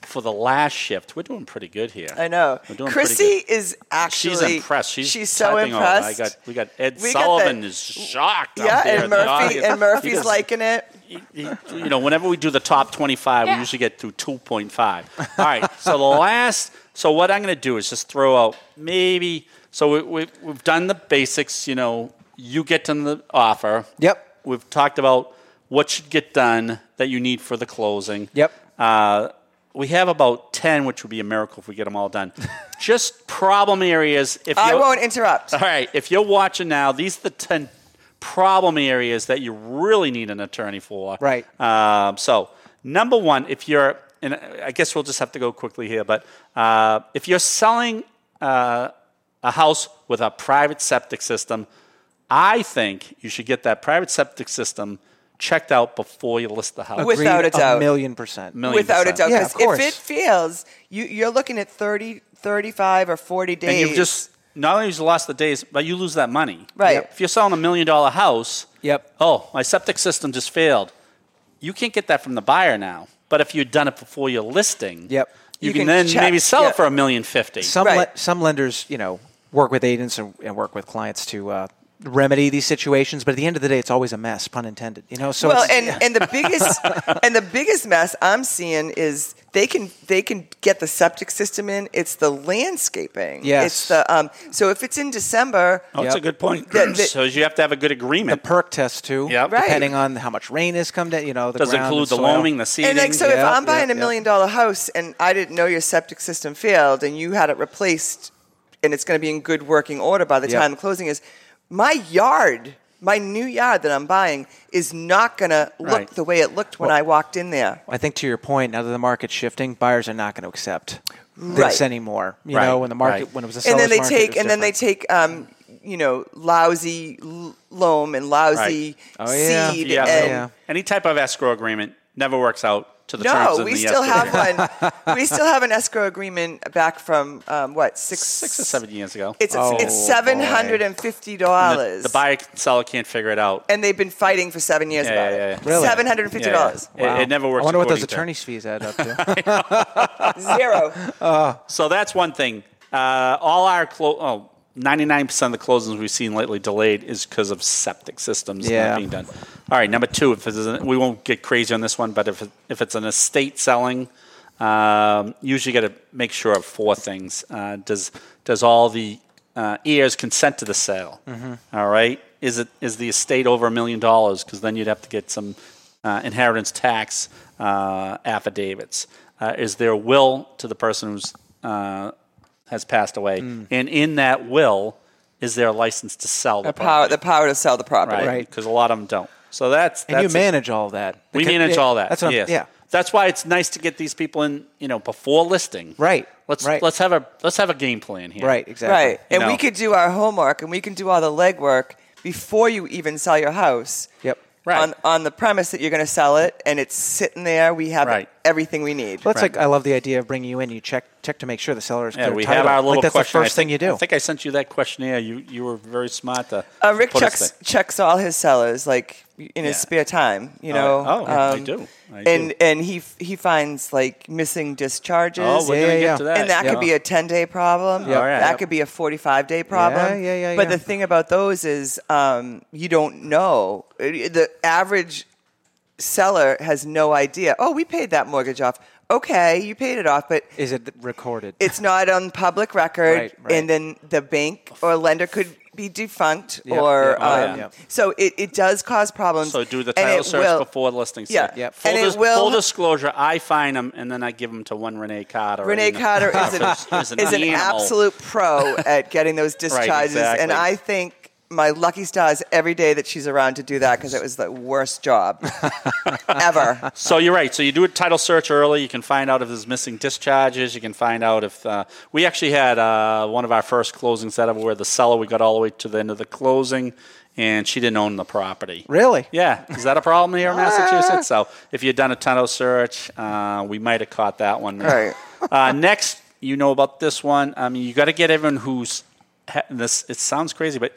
Speaker 4: for the last shift, we're doing pretty good here.
Speaker 5: I know.
Speaker 4: We're doing pretty
Speaker 5: Chrissy is actually
Speaker 4: She's impressed. She's,
Speaker 5: so
Speaker 4: typing all-
Speaker 5: impressed.
Speaker 4: I got, we got Ed
Speaker 5: We got
Speaker 4: Sullivan
Speaker 5: the-
Speaker 4: is shocked. out
Speaker 5: yeah,
Speaker 4: there
Speaker 5: and
Speaker 4: in the
Speaker 5: Murphy
Speaker 4: audience.
Speaker 5: and Murphy's
Speaker 4: He goes,
Speaker 5: liking it.
Speaker 4: he- you know, whenever we do the top 25, we usually get through 2.5. All right, so the last, so what I'm going to do is just throw out maybe, so we, we, we've done the basics, you know, you get them the offer.
Speaker 6: Yep.
Speaker 4: We've talked about what should get done that you need for the closing.
Speaker 6: Yep.
Speaker 4: Uh, we have about 10, which would be a miracle if we get them all
Speaker 5: <laughs>
Speaker 4: done. just problem areas. If
Speaker 5: I
Speaker 4: you're-
Speaker 5: won't
Speaker 4: <laughs>
Speaker 5: interrupt.
Speaker 4: all right. If you're watching now, these are the 10 problem areas that you really need an attorney for.
Speaker 6: Right.
Speaker 4: Um, so Number one, if you're, and I guess we'll just have to go quickly here, but uh, if you're selling uh, a house with a private septic system, I think you should get that private septic system checked out before you list the house.
Speaker 5: With- Without a doubt.
Speaker 6: million percent.
Speaker 4: Million
Speaker 5: Without a
Speaker 4: percent.
Speaker 5: doubt.
Speaker 6: Yeah,
Speaker 5: 'cause
Speaker 6: of course.
Speaker 5: If it fails, you, you're looking at 30, 35 or 40 days.
Speaker 4: and you've just not only you lost the days, but you lose that money.
Speaker 5: Right. Yep.
Speaker 4: If you're selling a million dollar house,
Speaker 6: Yep.
Speaker 4: Oh, my septic system just failed. You can't get that from the buyer now. But if you've done it before your listing,
Speaker 6: Yep.
Speaker 4: you,
Speaker 5: You
Speaker 4: can,
Speaker 5: can
Speaker 4: then
Speaker 5: check,
Speaker 4: maybe sell
Speaker 5: yeah.
Speaker 4: it for a million fifty.
Speaker 6: Some
Speaker 5: Right.
Speaker 6: le- some lenders, you know, work with agents and, and work with clients to uh, remedy these situations. But at the end of the day, it's always a mess, pun intended. You know, so
Speaker 5: well,
Speaker 6: it's-
Speaker 5: and, and the biggest and the biggest mess I'm seeing is they can they can get the septic system in. It's the landscaping.
Speaker 6: Yes.
Speaker 5: It's the um. So if it's in December,
Speaker 4: Oh, that's
Speaker 6: Yep.
Speaker 4: a good point.
Speaker 5: That- that-
Speaker 4: so you have to have a good
Speaker 6: the
Speaker 4: agreement.
Speaker 6: perk test too,
Speaker 4: Yep.
Speaker 5: Right.
Speaker 6: depending on how much rain has come down. You know, the
Speaker 4: Does
Speaker 6: ground
Speaker 4: include
Speaker 6: and
Speaker 4: the
Speaker 6: soil.
Speaker 4: loaming, the seeding.
Speaker 5: and like so, if
Speaker 6: yeah,
Speaker 5: I'm buying
Speaker 6: yeah,
Speaker 5: a
Speaker 6: yeah.
Speaker 5: million dollar house and I didn't know your septic system failed and you had it replaced, and it's going to be in good working order by the
Speaker 6: Yeah.
Speaker 5: time the closing is, my yard. My new yard that I'm buying is not going to look
Speaker 4: Right.
Speaker 5: the way it looked when I walked in there.
Speaker 6: I think to your point, now that the market's shifting, buyers are not going to accept
Speaker 5: Right.
Speaker 6: this anymore. You
Speaker 4: Right,
Speaker 6: know, when the market
Speaker 4: right.
Speaker 6: when it was a
Speaker 5: and
Speaker 6: seller's
Speaker 5: then they
Speaker 6: market, it
Speaker 5: take
Speaker 6: was
Speaker 5: and then they
Speaker 6: different.
Speaker 5: take um, you know lousy l- loam and lousy
Speaker 6: Right. Oh, yeah.
Speaker 5: seed
Speaker 4: yeah, so
Speaker 5: and
Speaker 6: Yeah.
Speaker 4: Any type of escrow agreement never works out to the terms
Speaker 5: no
Speaker 4: and
Speaker 5: we
Speaker 4: the
Speaker 5: still
Speaker 4: escrow.
Speaker 5: have
Speaker 4: <laughs>
Speaker 5: one we still have an escrow agreement back from um, what six
Speaker 4: six or seven years ago.
Speaker 5: it's
Speaker 6: Oh,
Speaker 5: it's seven hundred and fifty
Speaker 4: the,
Speaker 5: dollars
Speaker 4: the buyer and seller can't figure it out.
Speaker 5: and they've been fighting for seven years
Speaker 4: Yeah,
Speaker 5: about
Speaker 4: yeah,
Speaker 5: it
Speaker 4: yeah. Really?
Speaker 5: seven hundred and fifty dollars
Speaker 4: Yeah, yeah. It, it never works.
Speaker 6: I wonder what those
Speaker 4: according to-
Speaker 6: attorney's fees add
Speaker 4: <laughs>
Speaker 6: up to.
Speaker 5: zero
Speaker 4: So that's one thing. Uh, all our clo- oh, 99% of the closings we've seen lately delayed is because of septic systems
Speaker 6: Yeah.
Speaker 4: not being done. All right, number two, if it's an, we won't get crazy on this one, but if, it- if it's an estate selling, um, usually got to make sure of four things. Uh, does does all the uh, heirs consent to the sale? All right, is it is the estate over a million dollars? Because then you'd have to get some uh, inheritance tax uh, affidavits. Uh, is there a will to the person who's uh, has passed away? And in that will, is there a license to sell the,
Speaker 5: the power the
Speaker 4: property?
Speaker 5: power to sell the property
Speaker 4: right?
Speaker 6: Right.
Speaker 4: Because a lot of them don't. So that's
Speaker 6: and you
Speaker 4: that's a-
Speaker 6: manage all that.
Speaker 4: we
Speaker 6: Because-
Speaker 4: manage
Speaker 6: yeah,
Speaker 4: all that.
Speaker 6: That's what
Speaker 4: yes.
Speaker 6: I'm, yeah.
Speaker 4: That's why it's nice to get these people in, you know, before listing.
Speaker 6: Right,
Speaker 4: Let's
Speaker 6: right.
Speaker 4: let's have a let's have a game plan here.
Speaker 6: Right. Exactly.
Speaker 5: Right.
Speaker 4: You
Speaker 5: And
Speaker 4: know.
Speaker 5: we could do our homework and we can do all the legwork before you even sell your house.
Speaker 6: Yep.
Speaker 4: Right.
Speaker 5: On, on the premise that you're going to sell it and it's sitting there. We have
Speaker 4: Right.
Speaker 5: everything we need.
Speaker 6: Well, that's
Speaker 4: Right.
Speaker 6: like I love the idea of bringing you in. You check check to make sure the seller is
Speaker 4: Yeah,
Speaker 6: clear
Speaker 4: we
Speaker 6: title.
Speaker 4: have our little
Speaker 6: like that's
Speaker 4: questionnaire.
Speaker 6: the first
Speaker 4: I
Speaker 6: thing
Speaker 4: think-
Speaker 6: you do.
Speaker 4: I think I sent you that questionnaire. You you were very smart to
Speaker 5: Uh, Rick
Speaker 4: put us
Speaker 5: checks
Speaker 4: there.
Speaker 5: checks all his sellers like in his
Speaker 4: Yeah.
Speaker 5: spare time, you know. Um,
Speaker 4: Oh, I do. I do.
Speaker 5: and and he he finds like missing discharges.
Speaker 4: Oh, we're
Speaker 6: Yeah,
Speaker 4: gonna
Speaker 6: yeah,
Speaker 4: get
Speaker 6: yeah.
Speaker 4: to that.
Speaker 5: and that
Speaker 4: yeah.
Speaker 5: could be a 10 day problem.
Speaker 4: All right.
Speaker 5: That could be a 45 day problem.
Speaker 6: yeah, yeah,
Speaker 5: But
Speaker 6: yeah.
Speaker 5: the thing about those is um, you don't know. Uh, The average seller has no idea. Oh, we paid that mortgage off. Okay, you paid it off, but
Speaker 6: Is it recorded?
Speaker 5: it's not on public record.
Speaker 6: Right, right.
Speaker 5: And then the bank or lender could be defunct
Speaker 6: Yeah,
Speaker 5: or
Speaker 6: yeah, oh,
Speaker 5: um,
Speaker 6: yeah.
Speaker 5: so it, it does cause problems
Speaker 4: So do the
Speaker 5: and it
Speaker 4: title search
Speaker 5: will-
Speaker 4: before the listing.
Speaker 5: Yeah.
Speaker 4: site.
Speaker 5: Yep.
Speaker 4: Full,
Speaker 5: And it
Speaker 4: dis-
Speaker 5: will-
Speaker 4: full disclosure, I find them and then I give them to one Renee Carter.
Speaker 5: Renee
Speaker 4: you know,
Speaker 5: Cotter
Speaker 4: <laughs>
Speaker 5: is
Speaker 4: who
Speaker 5: an, is an
Speaker 4: animal.
Speaker 5: absolute
Speaker 4: <laughs>
Speaker 5: pro at getting those discharges, and
Speaker 4: exactly.
Speaker 5: I think my lucky stars every day that she's around to do that because it was the worst
Speaker 4: <laughs>
Speaker 5: job ever.
Speaker 4: So you're right. So you do a title search early. You can find out if there's missing discharges. You can find out if uh, we actually had uh, one of our first closings that ever where the seller we got all the way to the end of the closing, and she didn't own the property.
Speaker 6: Really?
Speaker 4: Yeah. Is that a problem here in Massachusetts? So if you'd done a title search, uh, we might have caught that one.
Speaker 5: Right.
Speaker 4: <laughs> Uh, next, you know about this one. I mean, you got to get everyone who's ha- this. It sounds crazy, but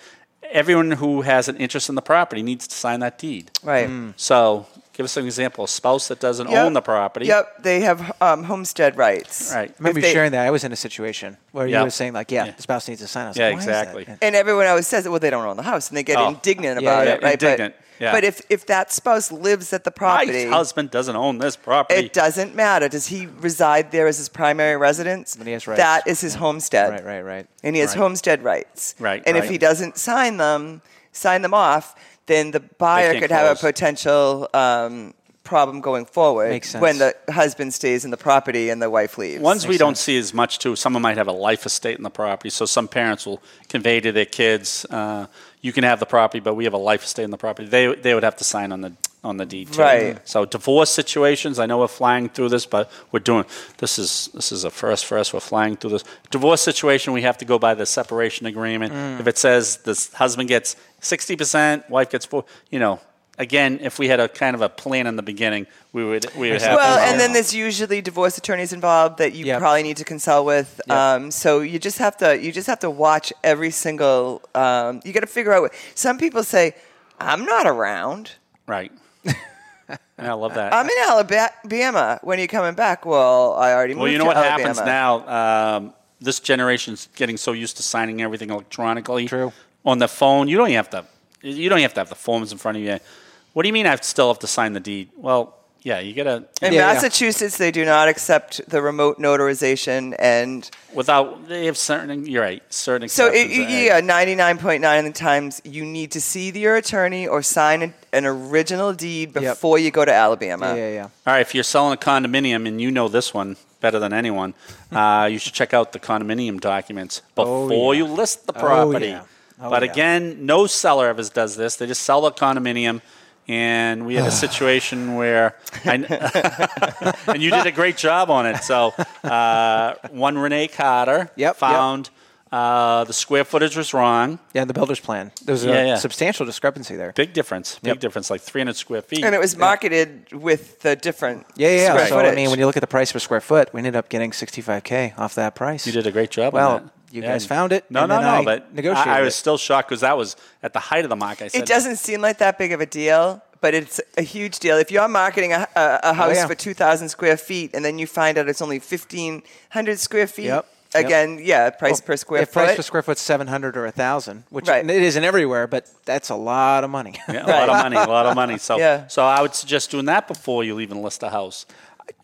Speaker 4: everyone who has an interest in the property needs to sign that deed.
Speaker 5: Right.
Speaker 4: So, give us an example. A spouse that doesn't
Speaker 5: Mm. Yep.
Speaker 4: own the property.
Speaker 5: Yep, they have um, homestead rights.
Speaker 4: Right.
Speaker 6: I remember
Speaker 5: If
Speaker 6: you
Speaker 5: they-
Speaker 6: sharing that. I was in a situation where
Speaker 4: Yeah.
Speaker 6: you were saying like, yeah,
Speaker 4: Yeah.
Speaker 6: the spouse needs to sign. I was
Speaker 4: Yeah,
Speaker 6: like, why is that?
Speaker 4: exactly.
Speaker 5: And everyone always says, well, they don't own the house, and they get
Speaker 4: Oh.
Speaker 5: indignant
Speaker 6: Yeah,
Speaker 5: about
Speaker 6: yeah,
Speaker 5: it, right? But-
Speaker 4: indignant, yeah.
Speaker 5: But if if that spouse lives at the
Speaker 4: My
Speaker 5: property,
Speaker 4: husband doesn't own this property.
Speaker 5: it doesn't matter. Does he reside there as his primary residence?
Speaker 6: he has rights.
Speaker 5: That is his homestead.
Speaker 6: Right, right, right.
Speaker 5: and he has
Speaker 4: Right.
Speaker 5: homestead rights.
Speaker 4: Right,
Speaker 5: And
Speaker 4: right.
Speaker 5: if he doesn't sign them, sign them off, then the buyer
Speaker 4: can't
Speaker 5: could have a
Speaker 4: close.
Speaker 5: potential um, problem going forward
Speaker 6: Makes sense.
Speaker 5: when the husband stays in the property and the wife leaves.
Speaker 4: Ones we don't see as much too. Someone might have a life estate in the property, so some parents will convey to their kids, uh, "You can have the property, but we have a life estate in the property." They they would have to sign on the on the D2.
Speaker 5: Right.
Speaker 4: So divorce situations, I know we're flying through this, but we're doing this is this is a first for us. We're flying through this divorce situation. We have to go by the separation agreement.
Speaker 5: Mm.
Speaker 4: If it says this husband gets sixty percent, wife gets four, you know. Again, if we had a kind of a plan in the beginning, we would we would have.
Speaker 5: Well,
Speaker 4: this.
Speaker 5: and then there's usually divorce attorneys involved that you
Speaker 6: Yep.
Speaker 5: probably need to consult with.
Speaker 6: Yep.
Speaker 5: Um, so you just have to you just have to watch every single. Um, you got to figure out. What, some people say, "I'm not around. <laughs>
Speaker 4: right. And I love that.
Speaker 5: I'm in Alabama. When are you coming back?" Well, I already moved.
Speaker 4: Well, you know
Speaker 5: to
Speaker 4: what
Speaker 5: Alabama.
Speaker 4: happens now? Um, this generation's getting so used to signing everything electronically.
Speaker 6: True.
Speaker 4: On the phone, you don't even have to. You don't even have to have the forms in front of you. What do you mean? I still have to sign the deed? Well, yeah, you gotta
Speaker 5: In
Speaker 6: Yeah, yeah.
Speaker 5: Massachusetts, they do not accept the remote notarization, and
Speaker 4: without they have certain. You're right, certain.
Speaker 5: so it,
Speaker 4: exceptions, eh?
Speaker 5: yeah, ninety nine point nine of the times you need to see your attorney or sign an, an original deed
Speaker 6: Yep.
Speaker 5: before you go to Alabama.
Speaker 6: Yeah, yeah, yeah.
Speaker 4: All right, if you're selling a condominium and you know this one better than
Speaker 6: <laughs>
Speaker 4: anyone, uh, you should check out the condominium documents
Speaker 6: Oh,
Speaker 4: before
Speaker 6: yeah.
Speaker 4: you list the
Speaker 6: Oh,
Speaker 4: property.
Speaker 6: yeah. Oh,
Speaker 4: but
Speaker 6: yeah.
Speaker 4: again, no seller ever does this. They just sell a condominium. And
Speaker 6: <sighs>
Speaker 4: we had a situation where, I, <laughs> and you did a great job on it. So, uh, one Renee Carter
Speaker 6: yep.
Speaker 4: found Uh, the square footage was wrong.
Speaker 6: Yeah, the builder's plan. There was
Speaker 4: Yeah,
Speaker 6: a
Speaker 4: yeah.
Speaker 6: substantial discrepancy there.
Speaker 4: Big difference. Big
Speaker 6: Yep.
Speaker 4: difference, like 300 square feet.
Speaker 5: And it was marketed with the different
Speaker 6: Yeah, yeah.
Speaker 5: square
Speaker 6: yeah. So
Speaker 5: footage.
Speaker 6: I mean, when you look at the price per square foot, we ended up getting 65k off that price.
Speaker 4: You did a great job. on
Speaker 6: Well,
Speaker 4: that.
Speaker 6: you
Speaker 4: Yeah.
Speaker 6: guys found it.
Speaker 4: No,
Speaker 6: and
Speaker 4: no,
Speaker 6: then
Speaker 4: no.
Speaker 6: I
Speaker 4: but
Speaker 6: negotiated.
Speaker 4: I, I was
Speaker 6: it.
Speaker 4: still shocked because that was at the height of the market. I said,
Speaker 5: it doesn't seem like that big of a deal, but it's a huge deal. If you're marketing a, a, a house
Speaker 6: Oh, yeah.
Speaker 5: for 2,000 square feet and then you find out it's only 1,500 square feet,
Speaker 6: Yep, yep.
Speaker 5: again, yeah, price
Speaker 6: Well,
Speaker 5: per square
Speaker 6: if
Speaker 5: foot.
Speaker 6: price per square foot's 700 or 1,000, which
Speaker 5: Right.
Speaker 6: and it isn't everywhere, but that's a lot of money. <laughs>
Speaker 4: Yeah, a lot of money, a lot of money. So,
Speaker 5: Yeah.
Speaker 4: so I would suggest doing that before you even list a house.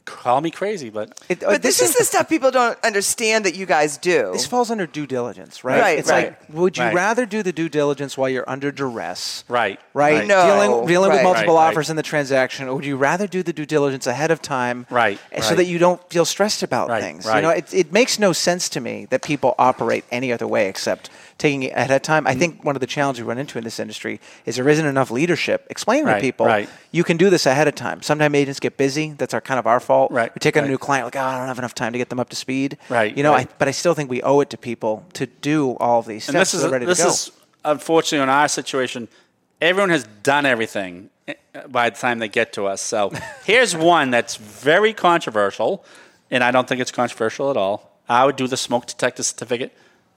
Speaker 4: Call me crazy, but
Speaker 6: It-
Speaker 5: but this, is the stuff people don't understand that you guys do.
Speaker 6: This falls under due diligence, right?
Speaker 5: Right,
Speaker 6: it's
Speaker 5: right.
Speaker 6: like, would you
Speaker 4: Right.
Speaker 6: rather do the due diligence while you're under duress?
Speaker 4: Right,
Speaker 6: Right.
Speaker 4: right.
Speaker 5: No,
Speaker 6: Dealing, dealing
Speaker 5: right.
Speaker 6: with multiple
Speaker 4: Right, right.
Speaker 6: offers in the transaction, or would you rather do the due diligence ahead of time?
Speaker 4: Right,
Speaker 6: So
Speaker 4: right.
Speaker 6: that you don't feel stressed about
Speaker 4: Right,
Speaker 6: things. You
Speaker 4: right.
Speaker 6: know, it, it makes no sense to me that people operate any other way except taking it ahead of time.
Speaker 4: Mm-hmm.
Speaker 6: I think one of the challenges we run into in this industry is there isn't enough leadership. Explain to
Speaker 4: Right,
Speaker 6: people,
Speaker 4: right.
Speaker 6: you can do this ahead of time. Sometimes agents get busy. That's our kind of our fault.
Speaker 4: Right,
Speaker 6: We take on
Speaker 4: right.
Speaker 6: a new client, like, oh, I don't have enough time to get them up to speed.
Speaker 4: Right,
Speaker 6: You know,
Speaker 4: right.
Speaker 6: I, but I still think we owe it to people to do all of these steps.
Speaker 4: and this
Speaker 6: so
Speaker 4: is
Speaker 6: they're ready
Speaker 4: this
Speaker 6: to go.
Speaker 4: is unfortunately in our situation, everyone has done everything eh, by the time they get to us.
Speaker 6: <laughs>
Speaker 4: So here's one that's very controversial, and I don't think it's controversial at all. I would do the smoke detector certificate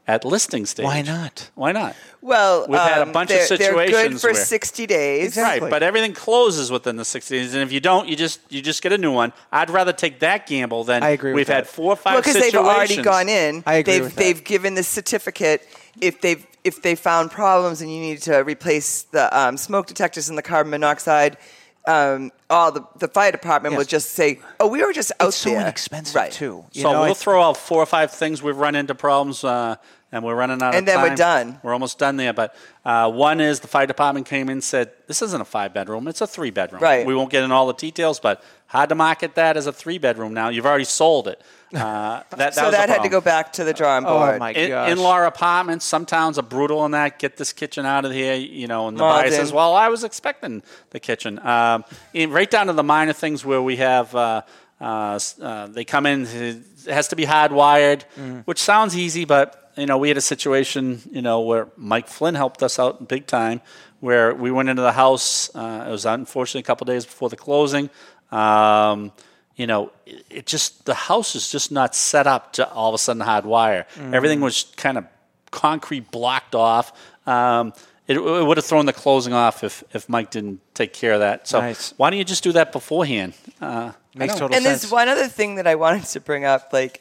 Speaker 4: at listing stage.
Speaker 6: Why not?
Speaker 4: Why not?
Speaker 5: well,
Speaker 4: We've had a
Speaker 5: um,
Speaker 4: bunch of
Speaker 5: they're, They're good
Speaker 4: situations
Speaker 5: for
Speaker 4: where-
Speaker 5: 60 days.
Speaker 6: Exactly.
Speaker 4: Right, but everything closes within the 60 days, and if you don't, you just you just get a new one. I'd rather take that gamble than
Speaker 6: I agree with
Speaker 4: we've had
Speaker 6: that.
Speaker 4: four or five
Speaker 5: Well, because they've already
Speaker 4: situations.
Speaker 5: gone in.
Speaker 6: I agree
Speaker 5: They've
Speaker 6: with that.
Speaker 5: they've given the certificate. If they've if they found problems and you need to replace the um, smoke detectors and the carbon monoxide, um, all the the fire department
Speaker 6: Yes.
Speaker 5: will just say, "Oh, we were just out
Speaker 6: it's so
Speaker 5: there."
Speaker 6: inexpensive
Speaker 5: right.
Speaker 6: too. You
Speaker 4: So
Speaker 6: know,
Speaker 4: we'll
Speaker 6: I-
Speaker 4: throw out four or five things we've run into problems, uh, and we're running out of
Speaker 5: And then
Speaker 4: time.
Speaker 5: we're done.
Speaker 4: We're almost done there. But uh, one is the fire department came in and said, This isn't a five bedroom, it's a three bedroom.
Speaker 5: Right.
Speaker 4: We won't get in all the details, but hard to market that as a three bedroom now. You've already sold it.
Speaker 5: <laughs>
Speaker 4: Uh, that, that
Speaker 5: So
Speaker 4: was
Speaker 5: that
Speaker 4: the
Speaker 5: had to go
Speaker 4: problem.
Speaker 5: back to the drawing
Speaker 6: Oh,
Speaker 5: board.
Speaker 6: my
Speaker 4: in,
Speaker 6: gosh.
Speaker 4: in-law apartments. Some towns are brutal on that. Get this kitchen out of here, you know. And the buyer
Speaker 5: Margin.
Speaker 4: says, "Well, I was expecting the kitchen." Um, and right down to the minor things where we have uh, uh, s- uh, they come in. It has to be hardwired, which sounds easy, but you know, we had a situation, you know, where Mike Flynn helped us out big time. Where we went into the house, uh, it was unfortunately a couple days before the closing. Um, you know, it, it just the house is just not set up to all of a sudden hardwire. Everything was kind of concrete blocked off. Um, it, it would have thrown the closing off if, if Mike didn't take care of that. So
Speaker 6: Nice.
Speaker 4: why don't you just do that beforehand? Uh,
Speaker 6: makes total
Speaker 5: and
Speaker 6: sense.
Speaker 5: there's one other thing that I wanted to bring up, like.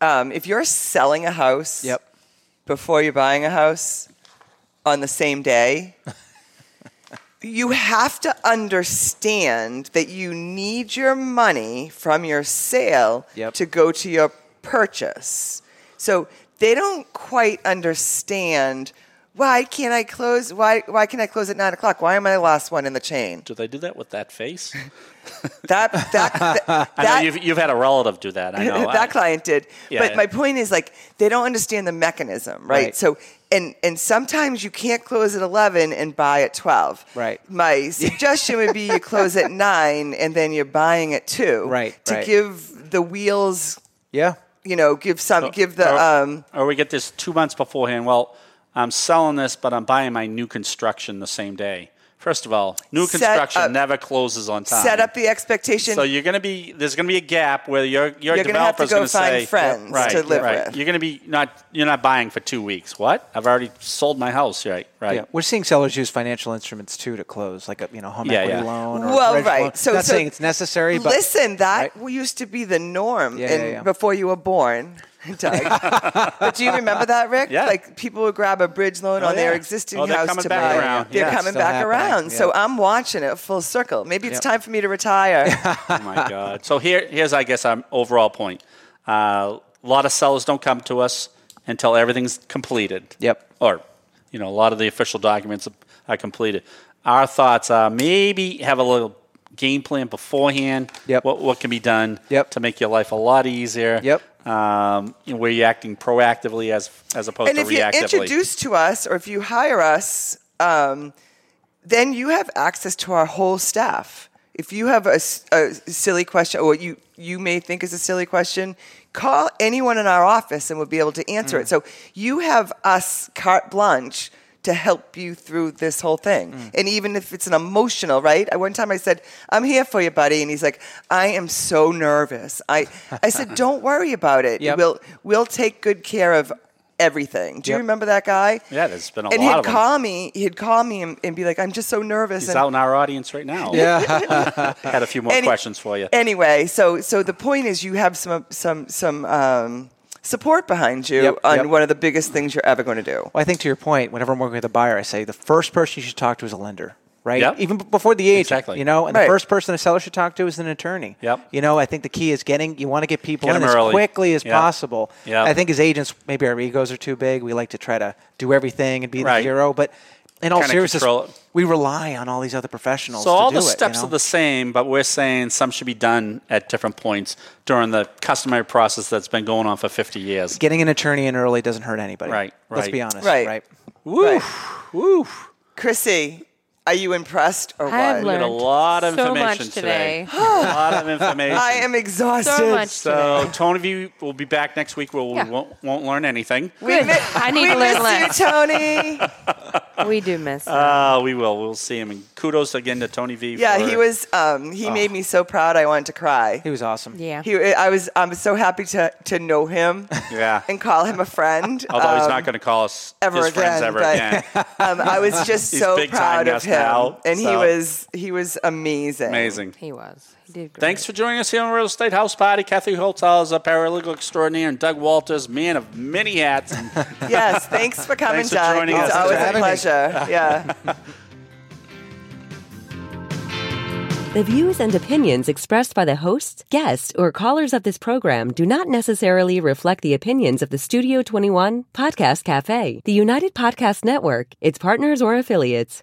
Speaker 5: Um, if you're selling a house
Speaker 6: Yep.
Speaker 5: before you're buying a house on the same day, you have to understand that you need your money from your sale
Speaker 6: Yep.
Speaker 5: to go to your purchase. So they don't quite understand why can't I close? Why why can I close at nine o'clock? Why am I the last one in the chain?
Speaker 4: Do they do that with that
Speaker 5: <laughs>
Speaker 4: face?
Speaker 5: That that that,
Speaker 4: <laughs> I know you've, you've had a relative do that. I know.
Speaker 5: <laughs> that client did.
Speaker 4: Yeah,
Speaker 5: but
Speaker 4: yeah.
Speaker 5: my point is like they don't understand the mechanism, right?
Speaker 6: Right.
Speaker 5: So and and sometimes you can't close at eleven and buy at twelve.
Speaker 6: Right.
Speaker 4: <laughs>
Speaker 5: My suggestion would be you close at nine and then you're buying at two.
Speaker 6: Right,
Speaker 5: To
Speaker 6: right.
Speaker 5: give the wheels,
Speaker 6: Yeah.
Speaker 5: you know, give some, give the
Speaker 4: Uh, or,
Speaker 5: um.
Speaker 4: or we get this two months beforehand. Well, I'm selling this, but I'm buying my new construction the same day. First of all, new
Speaker 5: Set
Speaker 4: construction
Speaker 5: up-
Speaker 4: never closes on time.
Speaker 5: Set up the expectation.
Speaker 4: So you're going to be there's going to be a gap where your your
Speaker 5: You're gonna have to
Speaker 4: developer's
Speaker 5: go
Speaker 4: going
Speaker 5: find
Speaker 4: say
Speaker 5: friends
Speaker 4: right,
Speaker 5: to live
Speaker 4: right.
Speaker 5: with.
Speaker 4: You're going to be not you're not buying for two weeks. What? I've already sold my house. Right, right.
Speaker 6: Yeah, we're seeing sellers use financial instruments too to close, like a you know home
Speaker 4: Yeah,
Speaker 6: equity
Speaker 4: yeah.
Speaker 6: loan. Or a
Speaker 5: well,
Speaker 6: bridge
Speaker 5: right.
Speaker 6: Loan.
Speaker 5: So
Speaker 6: not
Speaker 5: so
Speaker 6: saying it's necessary, but
Speaker 5: listen, that
Speaker 6: Right.
Speaker 5: used to be the norm,
Speaker 6: Yeah,
Speaker 5: in,
Speaker 6: yeah, yeah.
Speaker 5: before you were born. <laughs> Doug. but do you remember that,
Speaker 4: <laughs>
Speaker 5: Rick?
Speaker 4: Yeah.
Speaker 5: Like people would grab a bridge loan
Speaker 4: Oh,
Speaker 5: on their
Speaker 4: yeah.
Speaker 5: existing
Speaker 4: Oh, they're
Speaker 5: house
Speaker 4: coming
Speaker 5: to
Speaker 4: back
Speaker 5: buy.
Speaker 4: around.
Speaker 5: They're
Speaker 4: Yeah, it's
Speaker 5: coming
Speaker 6: still
Speaker 5: back
Speaker 6: happening.
Speaker 5: around. So
Speaker 6: Yeah.
Speaker 5: I'm watching it full circle. Maybe it's
Speaker 6: Yep.
Speaker 5: time for me to retire.
Speaker 4: <laughs> Oh my God. So here, here's I guess our overall point. Uh, a lot of sellers don't come to us until everything's completed.
Speaker 6: Yep.
Speaker 4: Or, you know, a lot of the official documents are completed. Our thoughts are maybe have a little game plan beforehand.
Speaker 6: Yep.
Speaker 4: What what can be done.
Speaker 6: Yep.
Speaker 4: To make your life a lot easier.
Speaker 6: Yep.
Speaker 4: Um, you know, where you're acting proactively as as opposed
Speaker 5: and
Speaker 4: to
Speaker 5: if you're
Speaker 4: reactively.
Speaker 5: introduced to us or if you hire us um, then you have access to our whole staff if you have a, s- a silly question or what you, you may think is a silly question call anyone in our office and we'll be able to answer
Speaker 4: Mm.
Speaker 5: it so you have us carte blanche to help you through this whole thing
Speaker 4: Mm.
Speaker 5: and even if it's an emotional right I, one time i said i'm here for you buddy and he's like i am so nervous i,
Speaker 4: <laughs>
Speaker 5: I said don't worry about it
Speaker 6: Yep.
Speaker 5: we'll, we'll take good care of everything. Do you
Speaker 6: Yep.
Speaker 5: remember that guy?
Speaker 4: Yeah, there's been a
Speaker 5: and
Speaker 4: lot
Speaker 5: he'd
Speaker 4: of 'em.
Speaker 5: call me. He'd call me and, and be like, "I'm just so nervous."
Speaker 4: He's
Speaker 5: and,
Speaker 4: out in our audience right now.
Speaker 5: <laughs>
Speaker 6: yeah,
Speaker 4: Had a few more
Speaker 5: any-
Speaker 4: questions for you.
Speaker 5: Anyway, so so the point is, you have some some some um, support behind you
Speaker 6: Yep,
Speaker 5: on
Speaker 6: yep.
Speaker 5: one of the biggest things you're ever going to do.
Speaker 6: Well, I think to your point, whenever I'm working with a buyer, I say the first person you should talk to is a lender, right?
Speaker 4: Yep.
Speaker 6: Even b- before the agent,
Speaker 4: Exactly.
Speaker 6: you know. And
Speaker 5: Right.
Speaker 6: the first person a seller should talk to is an attorney.
Speaker 4: Yep.
Speaker 6: You know, I think the key is getting you want to get people
Speaker 4: Get
Speaker 6: in
Speaker 4: 'em
Speaker 6: as
Speaker 4: early.
Speaker 6: quickly as
Speaker 4: Yep.
Speaker 6: possible.
Speaker 4: Yep.
Speaker 6: I think as agents, maybe our egos are too big. We like to try to do everything and be
Speaker 4: Right.
Speaker 6: the hero, but in all
Speaker 4: Kinda
Speaker 6: seriousness,
Speaker 4: control it.
Speaker 6: we rely on all these other professionals.
Speaker 4: So
Speaker 6: to
Speaker 4: all
Speaker 6: do
Speaker 4: the
Speaker 6: it, you
Speaker 4: steps
Speaker 6: know?
Speaker 4: are the same, but we're saying some should be done at different points during the customary process that's been going on for 50 years.
Speaker 6: getting an attorney in early doesn't hurt anybody.
Speaker 4: Right,
Speaker 6: Let's
Speaker 4: right.
Speaker 6: be honest.
Speaker 5: Right.
Speaker 6: Right.
Speaker 4: Woo,
Speaker 5: Right.
Speaker 4: woo.
Speaker 5: Chrissy, are you impressed or
Speaker 7: I
Speaker 5: what?
Speaker 7: have
Speaker 4: We had a
Speaker 7: Learned
Speaker 4: lot of
Speaker 7: so
Speaker 4: information
Speaker 7: much today. <gasps>
Speaker 4: a lot of information.
Speaker 5: I am exhausted.
Speaker 7: So much
Speaker 4: so Tony V will be back next week where
Speaker 7: Yeah.
Speaker 4: we won't, won't learn anything.
Speaker 5: <gasps> We
Speaker 7: Good.
Speaker 5: mi-
Speaker 7: I
Speaker 5: we
Speaker 7: need to learn
Speaker 5: miss
Speaker 7: less.
Speaker 5: you, Tony.
Speaker 7: We do miss him.
Speaker 4: Uh, we will. We'll see him. And kudos again to Tony V.
Speaker 5: yeah,
Speaker 4: for-
Speaker 5: he was. Um,
Speaker 4: Ah.
Speaker 5: he made me so proud. I wanted to cry.
Speaker 6: He was awesome.
Speaker 7: yeah.
Speaker 5: He, I was. I'm so happy to to
Speaker 4: <laughs>
Speaker 5: know him.
Speaker 4: Yeah.
Speaker 5: And call him a friend.
Speaker 4: Although he's
Speaker 5: Um,
Speaker 4: not going to call us
Speaker 5: ever
Speaker 4: his friends
Speaker 5: again,
Speaker 4: ever
Speaker 5: but-
Speaker 4: again.
Speaker 5: Um, I was just
Speaker 4: He's
Speaker 5: so
Speaker 4: big-timing
Speaker 5: proud of
Speaker 4: us
Speaker 5: him,
Speaker 4: now,
Speaker 5: and he
Speaker 4: so.
Speaker 5: was he was amazing.
Speaker 4: Amazing.
Speaker 7: He was. He did great.
Speaker 4: Thanks for joining us here on Real Estate House Party. Kathy Holtz is a paralegal extraordinaire, and Doug Walters, man of many hats. And
Speaker 5: Yes, thanks for coming,
Speaker 4: Thanks for
Speaker 5: Doug.
Speaker 4: joining
Speaker 5: it's
Speaker 4: us.
Speaker 5: always
Speaker 6: Thanks
Speaker 5: a
Speaker 6: for having
Speaker 5: pleasure. Yeah.
Speaker 6: me.
Speaker 1: The views and opinions expressed by the hosts, guests, or callers of this program do not necessarily reflect the opinions of the Studio 21 Podcast Cafe, the United Podcast Network, its partners, or affiliates.